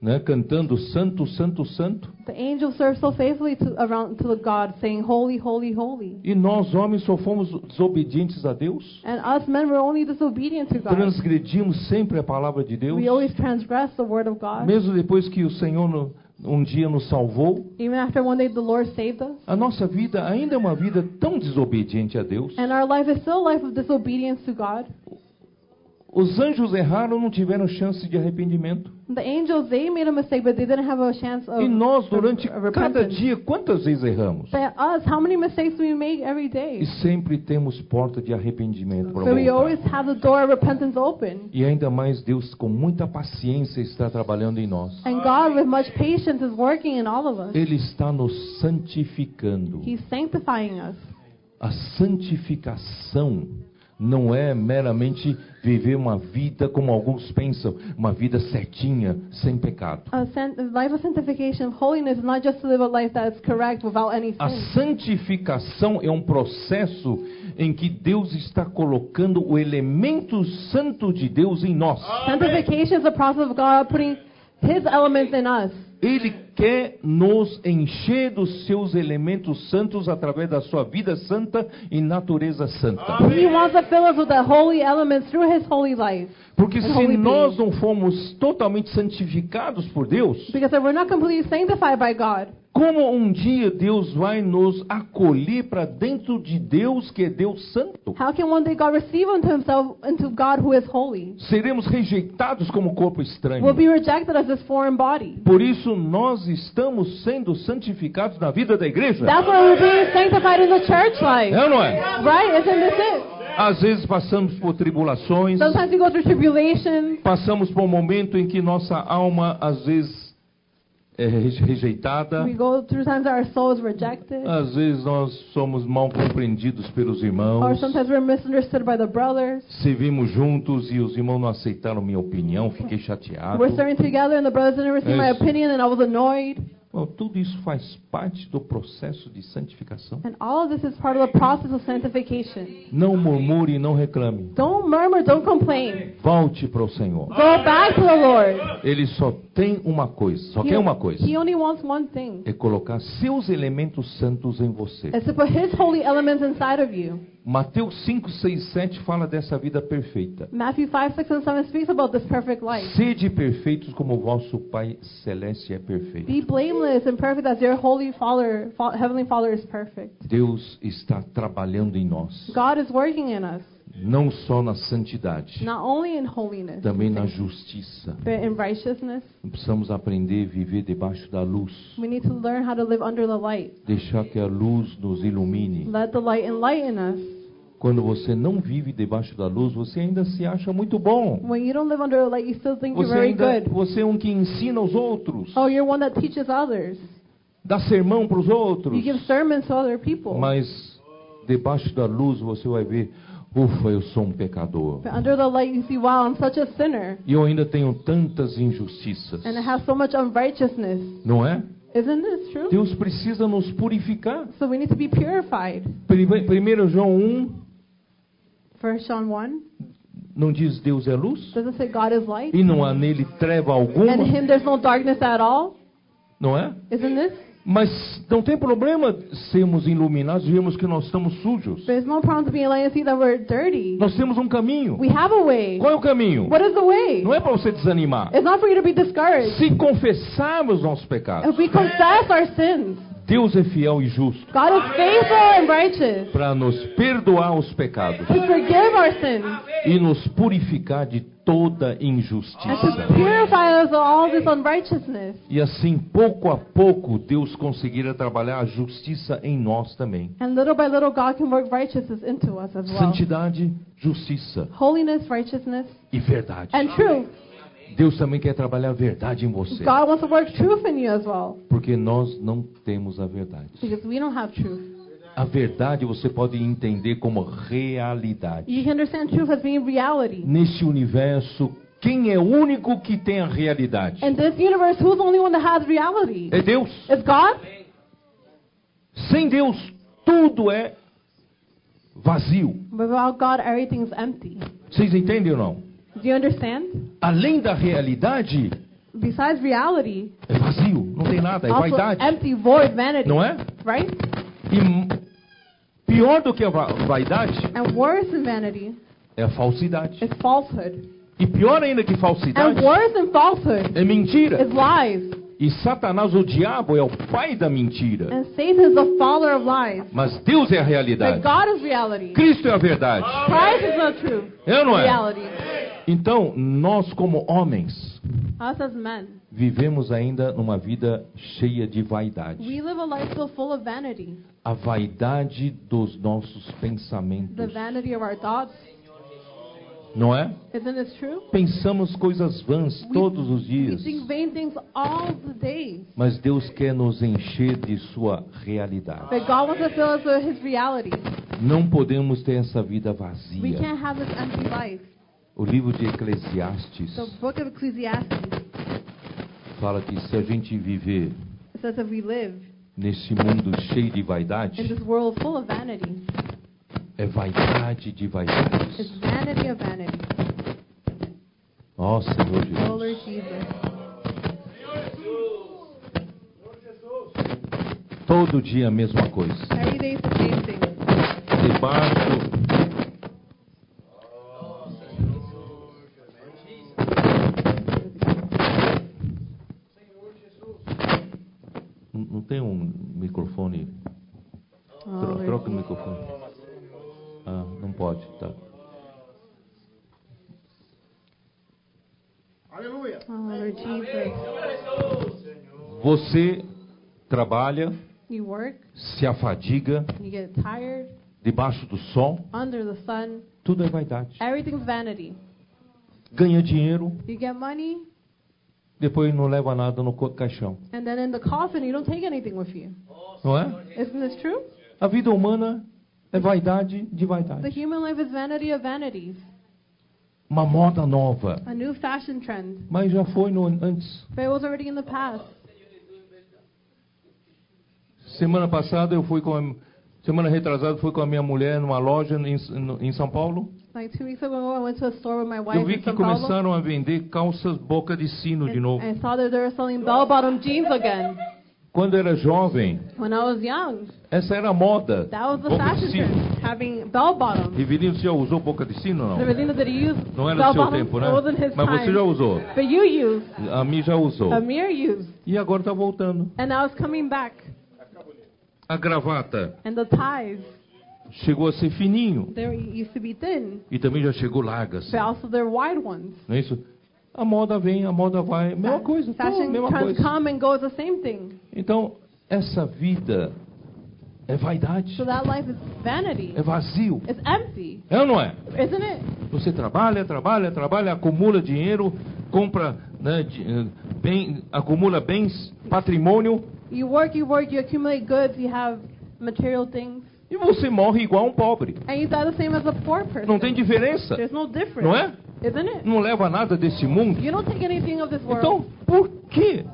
né, cantando santo, santo, santo.
The angels serve so faithfully to, around to the God, saying, Holy, holy, holy.
E nós, homens, só fomos desobedientes a Deus.
And us men were only disobedient to God.
Transgredimos sempre a palavra de Deus.
We always transgress the word of God.
Mesmo depois que o Senhor no- um dia nos salvou,
Even after one day the Lord saved us.
a nossa vida ainda é uma vida tão desobediente a Deus.
And our life is still a life of disobedience to God.
Os anjos erraram, não tiveram chance de arrependimento.
The angels, they made a mistake, but they didn't have a chance of
E nós,
of-
durante
of
cada
repentance.
dia, quantas vezes erramos?
But us, how many mistakes do we make every
E
day?
sempre temos porta de arrependimento para
So we
voltar.
always have the door of repentance open.
E ainda mais Deus com muita paciência está trabalhando em nós.
And God, with much patience, is working in all of us.
Ele está nos santificando.
He's sanctifying us.
A santificação não é meramente viver uma vida como alguns pensam, uma vida certinha, sem pecado.
A san- a life of sanctification, of holiness, is not just to live a life that is correct without any
A
sin.
santificação é um processo em que Deus está colocando o elemento santo de Deus em nós.
Sanctification is the process of God putting His elements in us.
Ele quer nos encher dos seus elementos santos através da sua vida santa e natureza santa.
He wants to fill us with the holy elements through His holy life.
Porque
And holy
se
being.
nós não formos totalmente santificados por Deus,
Because if we're not completely sanctified by God,
como um dia Deus vai nos acolher para dentro de Deus, que é Deus Santo?
how can one day God receive unto Himself into God who is holy?
Seremos rejeitados como corpo estranho.
Will be rejected as this foreign body.
Por isso nós estamos sendo santificados na vida da igreja.
That's why we're being sanctified in the church
É
life.
ou não é?
Right? Isn't this it?
Às vezes passamos por tribulações,
Sometimes we go through tribulations.
passamos por um momento em que nossa alma às vezes é reje- rejeitada,
We go through times that our soul is rejected.
às vezes nós somos mal compreendidos pelos
Or
irmãos.
sometimes we're misunderstood by the brothers.
Servimos juntos e os irmãos não aceitaram minha opinião, fiquei chateado.
We're serving together and the brothers didn't receive my
Yes.
opinion and I was annoyed.
Bom, tudo isso faz parte do processo de santificação.
And all of this is part of the process of sanctification.
Não murmure e não reclame.
Don't murmur, don't complain.
Volte para o Senhor.
Go back to the Lord.
Ele só tem uma coisa, só
He-
quer uma coisa.
He only wants one thing.
É colocar seus elementos santos em você.
It's to put his holy elements inside of you.
Mateus 5, 6, 7 fala dessa vida perfeita.
Matthew 5, 6, and 7 speaks about this perfect life.
Sede perfeitos como o vosso Pai Celeste é perfeito.
Be blameless and perfect as your holy Father, Fa- Heavenly Father is perfect.
Deus está trabalhando em nós,
God is working in us,
não só na santidade,
not only in holiness,
também na justiça.
but in righteousness.
Precisamos aprender a viver debaixo da luz.
We need to learn how to live under the light.
Deixar que a luz nos ilumine.
Let the light enlighten us.
Quando você não vive debaixo da luz, você ainda se acha muito bom.
When you don't live under the light, you still think you're
Você,
very
ainda,
good.
você é um que ensina os outros,
Oh, you're one that teaches others.
dá sermão para os outros.
You give sermons to other people.
Mas debaixo da luz você vai ver, ufa, eu sou um pecador.
But under the light, you see, wow, I'm such a sinner.
E eu ainda tenho tantas injustiças.
And I have so much unrighteousness.
Não é?
Isn't this true?
Deus precisa nos purificar.
So we need to be purified.
Primeiro primeiro João 1
First John 1.
não diz Deus é luz?
Does it say God is light?
E não há nele treva
And in
alguma,
him there's no darkness at all?
não é?
Isn't this?
Mas não tem problema sermos iluminados e vermos que nós estamos sujos.
There's no problem to be enlightened to see that we're dirty.
Nós temos um caminho.
We have a way.
Qual é o caminho?
What is the way?
Não é para você desanimar.
It's not for you to be discouraged.
Se confessarmos nossos pecados,
If we confess our sins,
Deus é fiel e justo
God is faithful and righteous
para nos perdoar os pecados
to forgive our sins
e nos purificar de toda
and to
injustiça.
purify us of all this unrighteousness.
E assim, pouco a pouco, Deus conseguirá trabalhar a justiça em nós também.
And little by little, God can work righteousness into us as well.
Santidade, justiça
Holiness, righteousness,
e verdade.
and truth.
Deus também quer trabalhar a verdade em você,
God wants to work truth in you as well
porque nós não temos a verdade.
because we don't have truth.
A verdade você pode entender como realidade.
You can understand truth as being reality.
Neste universo, quem é o único que tem a realidade?
In this universe, who's the only one that has reality?
É Deus.
It's God.
Sem Deus, tudo é vazio.
Without God, everything's empty.
Vocês entendem ou não?
Do you understand?
Além da realidade,
Besides reality,
é vazio, não tem nada, é
also
vaidade,
empty, void, vanity,
não é?
right?
E m- pior do que a va- vaidade
And worse than vanity
é a falsidade.
is falsehood.
E pior ainda que
And
falsidade
worse than falsehood
é mentira.
is lies.
E Satanás, o diabo, é o pai da mentira.
And Satan is the father of lies.
Mas Deus é a
But
realidade.
God is reality.
Cristo é a verdade.
Christ is not true.
É ou não é?
Reality.
Então, nós como homens,
Us as men,
vivemos ainda numa vida cheia de vaidade.
we live a life so full of vanity.
A vaidade dos nossos
The
pensamentos.
vanity of our thoughts.
Não é?
Isn't this true?
Pensamos coisas vãs todos os dias.
We think vain things all the day.
Mas Deus quer nos encher de sua realidade.
But God wants to fill us with His reality.
Não podemos ter essa vida
We
vazia.
can't have this empty life.
O livro de Eclesiastes
The book of Ecclesiastes
fala que se a gente viver
says that we live
nesse mundo cheio de
in
vaidade,
this world full of vanity.
é vaidade de
It's
vaidades.
vanity of vanity.
Ó Senhor
Oh Lord
Jesus.
Jesus.
Todo dia a mesma coisa.
Every day is the same thing.
Debaixo. Não- Não tem um microfone
Oh,
Tro-
Lord
troca o
Jesus.
microfone. Ah, não pode, tá.
Oh, Lord Jesus.
Você trabalha,
You work,
se afadiga,
you get tired,
debaixo do sol,
under the sun.
tudo é vaidade.
Everything's vanity.
Ganha dinheiro,
You get money,
depois não leva nada no co- caixão,
and then in the coffin, you don't take anything with you.
não é?
Isn't this true?
A vida humana é vaidade de
The
vaidade.
human life is vanity of vanities,
Uma moda nova,
a new fashion trend.
mas já foi no, antes.
But it was already in the past.
Semana passada eu fui com a, semana retrasada fui com a minha mulher numa loja em, no- em São Paulo.
Like two weeks ago, I went to a store with my
Eu
wife
vi
in
que
São Paulo, É,
começaram a vender calças boca de sino de novo.
and I saw that they were selling bell-bottom jeans again.
Quando era jovem,
When I was young,
essa era a moda.
that was the
boca
fashion
de sino.
trend, having bell-bottoms.
Rivelino, você já usou boca de sino ou não?
Everything that he used,
Não era do seu
bell-bottoms,
tempo,
it
né?
wasn't his
Mas você já
time.
usou.
But you used,
A mim já usou.
Amir used,
E agora está voltando.
and I was coming back,
A gravata
and the ties,
chegou a ser fininho.
they were- used to be thin.
E também já chegou larga. assim.
But also they're wide ones.
Não é isso? A moda vem, a moda vai.
Tá.
Mesma coisa. tudo
Fashion
mesma
trends
coisa.
come and go is the same thing.
Então, essa vida é vaidade.
So that life is vanity.
É vazio.
It's empty,
É ou não é?
isn't it?
Você trabalha, trabalha, trabalha, acumula dinheiro, compra, né, de- eh, bem, acumula bens, patrimônio,
You work, you work, you accumulate goods, you have material things,
e você morre igual um pobre.
and you die the same as a poor person.
Não tem diferença,
There's no difference,
não é?
isn't it?
Não leva nada desse mundo.
You don't take anything of this world.
Então, por que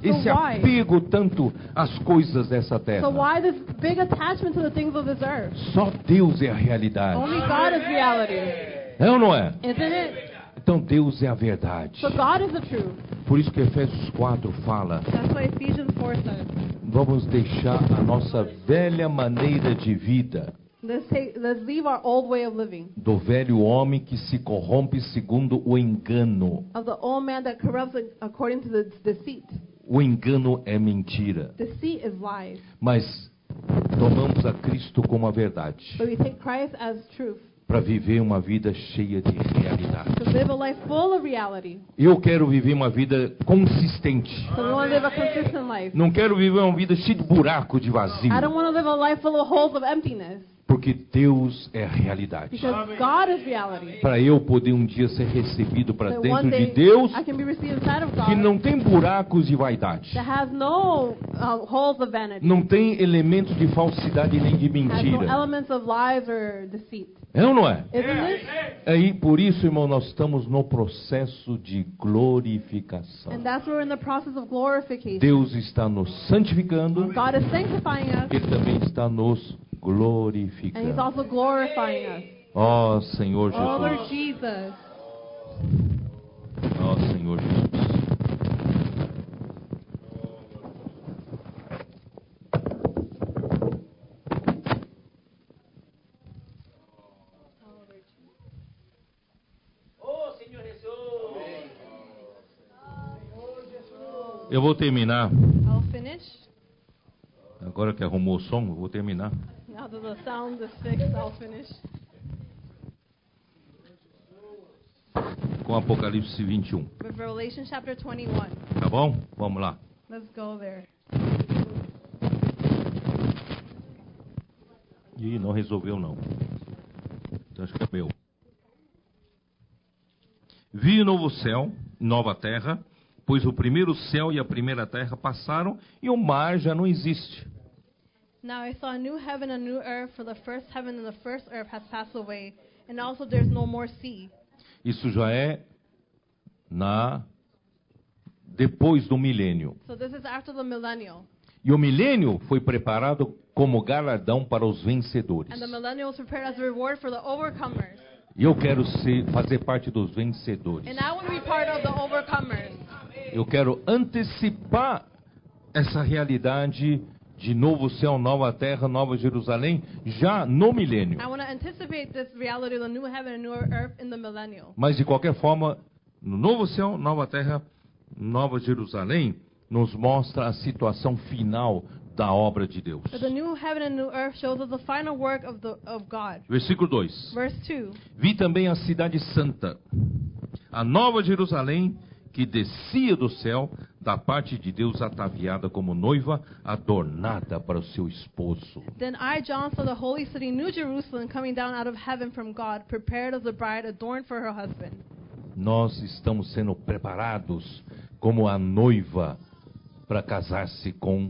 esse
So why?
apego tanto às coisas dessa
so
terra?
why this big attachment to the things of this earth?
Só Deus é a realidade.
Only God is reality,
É ou não é?
isn't it?
Então Deus é a verdade.
So God is the truth.
Por isso que Efésios 4 fala:
That's what Ephesians 4 says.
vamos deixar a nossa velha maneira de vida,
Let's, take, let's leave our old way of living,
do velho homem que se corrompe segundo o engano.
of the old man that corrupts according to the deceit.
O engano é mentira,
Deceit is lies,
mas tomamos a Cristo como a verdade
but we take Christ as truth
para viver uma vida cheia de realidade.
to live a life full of reality.
Eu quero viver uma vida consistente.
So we want to live a consistent life.
Não quero viver uma vida cheia de buraco, de vazio,
I don't want to live a life full of holes of emptiness
porque Deus é a realidade.
because God is reality.
Para eu poder um dia ser recebido para
That
dentro
one
de
day
Deus,
I can be received inside of
que
God
não tem buracos de vaidade,
that has no uh, holes of vanity,
não tem elementos de falsidade nem de
has no
mentira.
elements of lies or deceit.
É ou não é?
Isn't it?
Aí por isso, irmão, nós estamos no processo de glorificação.
And that's where we're in the process of glorification.
Deus está nos santificando,
God is sanctifying us
Ele também está nos
and He's
glorificando.
also glorifying us.
Ó Senhor
Oh
Jesus.
Lord Jesus.
Ó Senhor Jesus. Eu vou terminar.
I'll finish.
Agora que arrumou o som, eu vou terminar.
Now that the sound is fixed, I'll finish.
Com Apocalipse 21.
With Revelation chapter 21.
Tá bom? Vamos lá.
Let's go there.
Ih, não resolveu não. Então, Acho que é meu. Vi novo céu, nova terra, pois o primeiro céu e a primeira terra passaram e o mar já não existe.
Now I saw a new heaven and a new earth, for the first heaven and the first earth has passed away, and also there's no more sea.
Isso já é na depois do milênio.
So this is after the millennial.
E o milênio foi preparado como galardão para os vencedores.
And the millennial is prepared as a reward for the overcomers.
E eu quero ser, fazer parte dos vencedores.
And I want to be part of the overcomers.
Eu quero antecipar essa realidade de novo céu, nova terra, nova Jerusalém, já no milênio.
I want to anticipate this reality of the new heaven and new earth in the millennial.
Mas de qualquer forma, no novo céu, nova terra, nova Jerusalém, nos mostra a situação final da obra de Deus.
But the new heaven and new earth shows us the final work of, the, of God.
Versículo 2.
Verse 2
Vi também a cidade santa, a nova Jerusalém, que descia do céu, da parte de Deus ataviada como noiva, adornada para o seu esposo.
Then I, John, saw the holy city, New Jerusalem, coming down out of heaven from God, prepared as a bride adorned for her husband.
Nós estamos sendo preparados como a noiva para casar-se com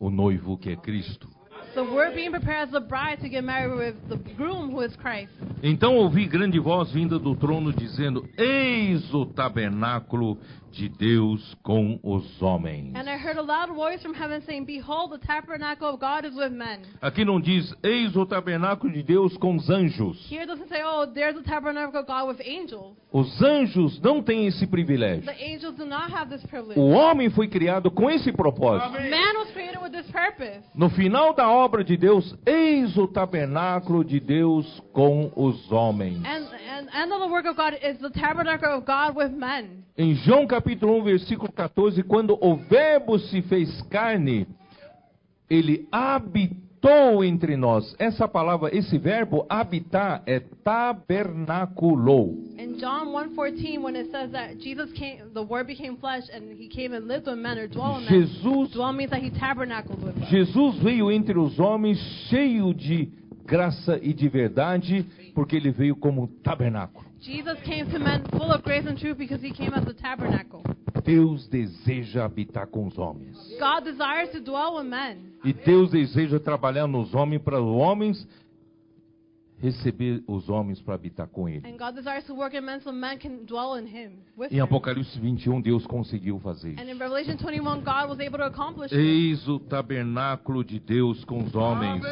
o noivo que é Cristo.
So we're being prepared as the bride to get married with the groom who is Christ.
Então ouvi grande voz vinda do trono dizendo: Eis o tabernáculo de Deus com os homens.
And I heard a loud voice from heaven saying, Behold, the tabernacle of God is with men.
Aqui não diz: Eis o tabernáculo de Deus com os anjos.
Here it doesn't say, Oh, there's a tabernacle of God with angels.
Os anjos não têm esse privilégio.
The angels do not have this privilege.
O homem foi criado com esse propósito.
Man was created with this purpose.
No final da obra de Deus, eis o tabernáculo de Deus com os homens.
And and end of the work of God is the tabernacle of God with men.
Em João capítulo 1, versículo 14, quando o Verbo se fez carne, ele habitou entre nós. Essa palavra, esse verbo habitar é tabernaculou.
In John 1:14, when it says that Jesus came, the Word became flesh, and He came and lived with men or dwelt with men.
Jesus,
Dwell means that He tabernacled with us.
Jesus veio entre os homens cheio de graça e de verdade, porque ele veio como um tabernáculo.
Jesus came to men full of grace and truth because He came as a tabernacle.
Deus deseja habitar com os homens.
God desires to dwell with men,
E Deus deseja trabalhar nos homens para os homens receber os homens para habitar com ele.
and God desires to work in men so men can dwell in Him. With
Em
him.
Apocalipse 21, Deus conseguiu fazer
And
isso.
in Revelation 21, God was able to accomplish it.
Eis o tabernáculo de Deus com os homens.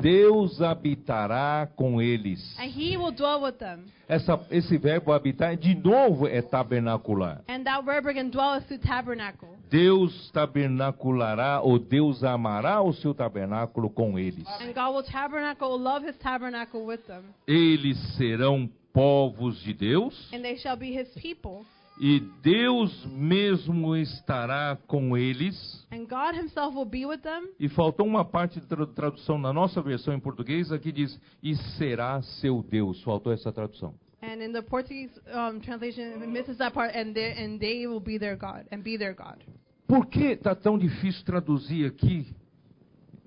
Deus habitará com eles.
and he will dwell with them.
Essa, esse verbo habitar, de novo, é tabernacular.
And that verb again, dwell is to tabernacle.
Deus tabernaculará ou Deus amará o seu tabernáculo com eles.
And God will tabernacle, will love his tabernacle with them.
Eles serão povos de Deus
And they shall be his people.
e Deus mesmo estará com eles.
And God himself will be with them.
E faltou uma parte de tra- tradução na nossa versão em português aqui diz: "E será seu Deus". Faltou essa tradução.
And in the Portuguese um, translation, it misses that part, and they, and they will be their God, and be their God.
Por que está tão difícil traduzir aqui?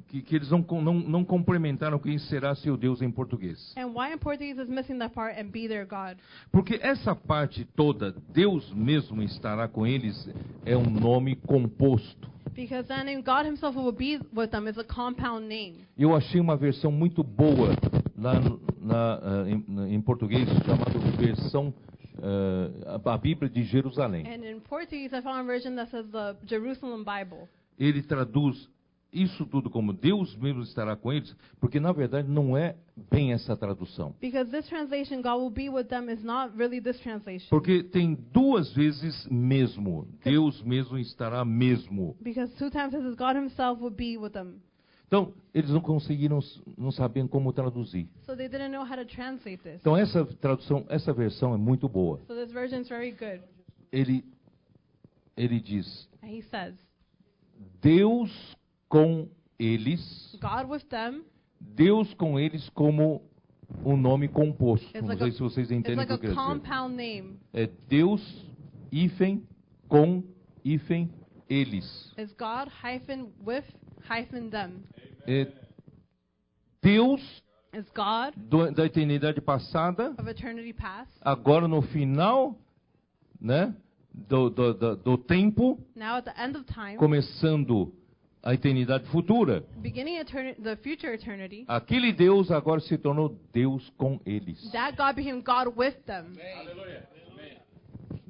Que, que eles não, com- não, não complementaram quem será seu Deus em português.
And why in Portuguese is missing that part, and be their God?
Porque essa parte toda, Deus mesmo estará com eles, é um nome composto.
Because that name, God himself will be with them, is a compound name.
Eu achei uma versão muito boa lá no- na, ah, em, na- em português, chamada versão ah, a Bíblia de Jerusalém.
And in Portuguese, I found a version that says the Jerusalem Bible.
Ele traduz isso tudo como Deus mesmo estará com eles, porque na verdade não é bem essa tradução.
Because this translation, God will be with them, is not really this translation.
Porque tem duas vezes mesmo, Deus mesmo estará mesmo.
Because two times it says God himself will be with them.
Então, eles não conseguiram, s- não sabiam como traduzir.
So they didn't know how to translate this.
Então essa tradução, essa versão é muito boa.
So this version is very good.
Ele ele diz:
And he says,
Deus com eles,
God with them
Deus com eles como um nome composto.
It's
Não
like
sei
a-
se vocês
is
entendem o
like
que eu
a
quero dizer.
compound name.
É Deus hífen com hífen eles.
Is God hyphen with hyphen them?
É Deus
Is God
do- da eternidade passada
of eternity past?
agora no final, né, do, do, do, do tempo,
Now at the end of time,
começando a eternidade futura.
beginning eternity, the future eternity,
Aquele Deus agora se tornou Deus com eles.
that God became God with them.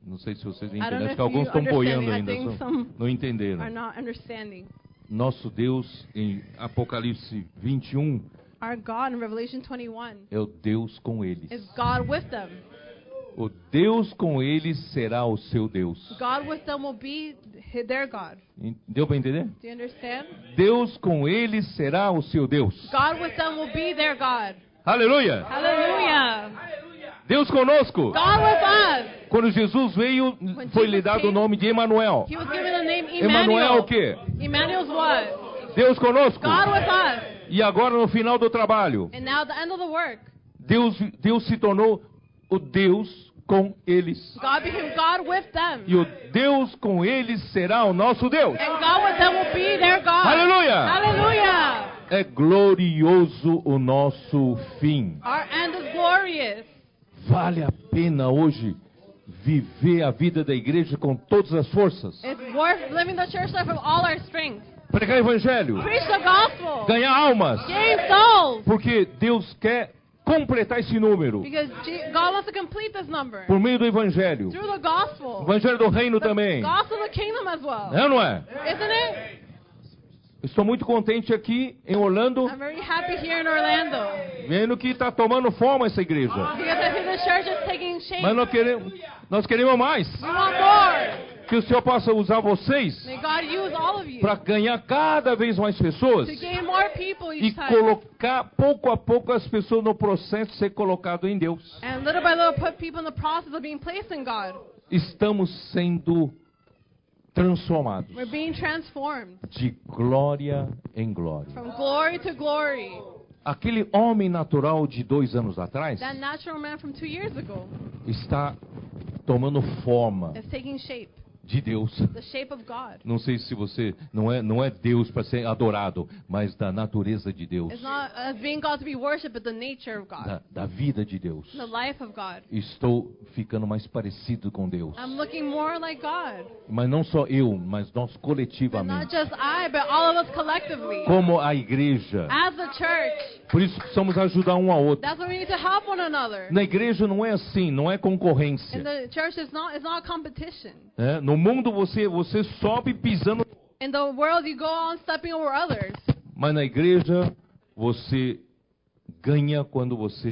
Não sei se vocês
don't know
entenderam, acho que
if you
alguns estão boiando
understand.
ainda,
I think
só-
some
não
Are
entenderam.
not understanding.
Nosso Deus em Apocalipse 21
Our God in Revelation 21
é o Deus com
is
eles.
God with them.
O Deus com eles será o seu Deus.
God with them will be hi- their God.
En- Deu para entender?
Do you understand?
Deus com eles será o seu Deus.
God with them will be their God.
Aleluia!
Hallelujah.
Deus conosco!
God with us.
Quando Jesus veio,
When
foi
Jesus
lhe dado o
came,
nome de Emanuel.
He was given the name
Emanuel é
Emmanuel.
o quê?
Emmanuel's what?
Deus conosco.
God with us.
E agora no final do trabalho,
And now at the end of the work,
Deus, Deus se tornou o Deus com eles.
God became God with them.
E o Deus com eles será o nosso Deus.
And God with them will be their God.
Aleluia!
Hallelujah.
É glorioso o nosso fim.
Our end is glorious.
Vale a pena hoje viver a vida da igreja com todas as forças.
It's worth living the church life with all our strength.
Pregar evangelho,
Preach the gospel.
ganhar almas,
Gain souls.
porque Deus quer completar esse número.
Because Je- God wants to complete this number.
por meio do Evangelho.
Through the gospel.
O Evangelho do Reino
The
também.
gospel of the kingdom as well.
É ou não é?
Isn't it?
Estou muito contente aqui em Orlando,
I'm very happy here in Orlando.
vendo que está tomando forma essa igreja.
Because I see the church is taking shape.
Mas nós queremos, nós queremos mais.
We want more.
Que o Senhor possa usar vocês
May God use all of you
para ganhar cada vez mais pessoas
to gain more people
e
each time.
colocar pouco a pouco as pessoas no processo de ser colocado em Deus.
And little by little put people in the process of being placed in God.
Estamos sendo transformados
We're being transformed
de glória em glória.
from glory to glory.
Aquele homem natural de dois anos atrás
That natural man from two years ago
está tomando forma
is taking shape,
de Deus.
the shape of God.
Não sei se você não é não é Deus para ser adorado, mas da natureza de Deus,
It's not as being God to be worshipped, but the nature of
da,
God,
da vida de Deus.
the life of God.
Estou ficando mais parecido com Deus,
I'm looking more like God.
mas não só eu, mas nós
But not
coletivamente,
just I, but all of us collectively.
como a igreja.
As a church.
Por isso precisamos ajudar um ao outro.
That's why we need to help one another.
Na igreja não é assim, não é
In
concorrência.
the church, it's not, it's not a competition.
né? No mundo você você sobe pisando,
In the world, you go on stepping over others.
mas na igreja você ganha quando você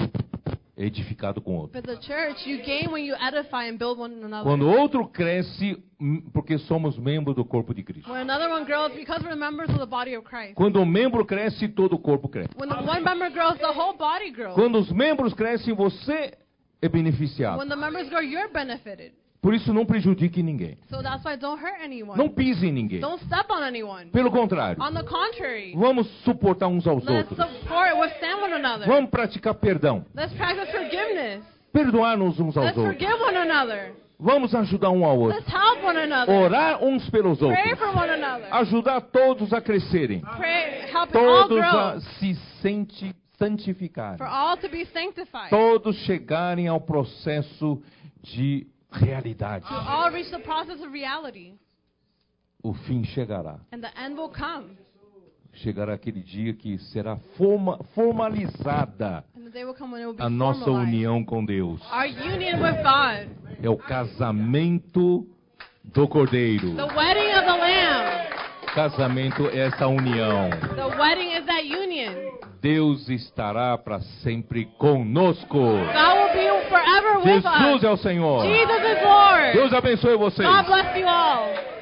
é edificado com outro.
But the church, you gain when you edify and build one another.
Quando outro cresce, hum, porque somos membro do corpo de Cristo.
When another one grows, because we're members of the body of Christ.
Quando um membro cresce, todo o corpo cresce.
When the one member grows, the whole body grows.
Quando os membros crescem, você é beneficiado.
When the members grow, you're benefited.
Por isso, não prejudique ninguém.
So that's why don't hurt anyone.
Não pise em ninguém.
Don't step on anyone.
Pelo contrário,
On the contrary,
vamos suportar uns aos
let's
outros.
support, withstand one another.
Vamos praticar perdão.
Let's practice forgiveness.
Perdoar-nos uns aos
Let's
outros.
forgive one another.
Vamos ajudar um ao outro.
Let's help one another.
Orar uns pelos
Pray
outros.
for one another.
Ajudar todos a crescerem.
Pray,
é
help it all
Todos
grow.
a se senti- santificarem.
For all to be sanctified. To
Todos chegarem ao processo de realidade.
all reach the process of reality.
O fim chegará.
And the end will come.
Chegará aquele dia que será forma- formalizada
And the day will come when it will be
a nossa
formalized.
união com Deus.
Our union with God.
É o casamento do Cordeiro.
The wedding of the Lamb.
Casamento é essa união.
The wedding is that union.
Deus estará para sempre conosco.
God will be forever with
Jesus
us.
é o Senhor.
Jesus is Lord.
Deus abençoe vocês.
God bless you all.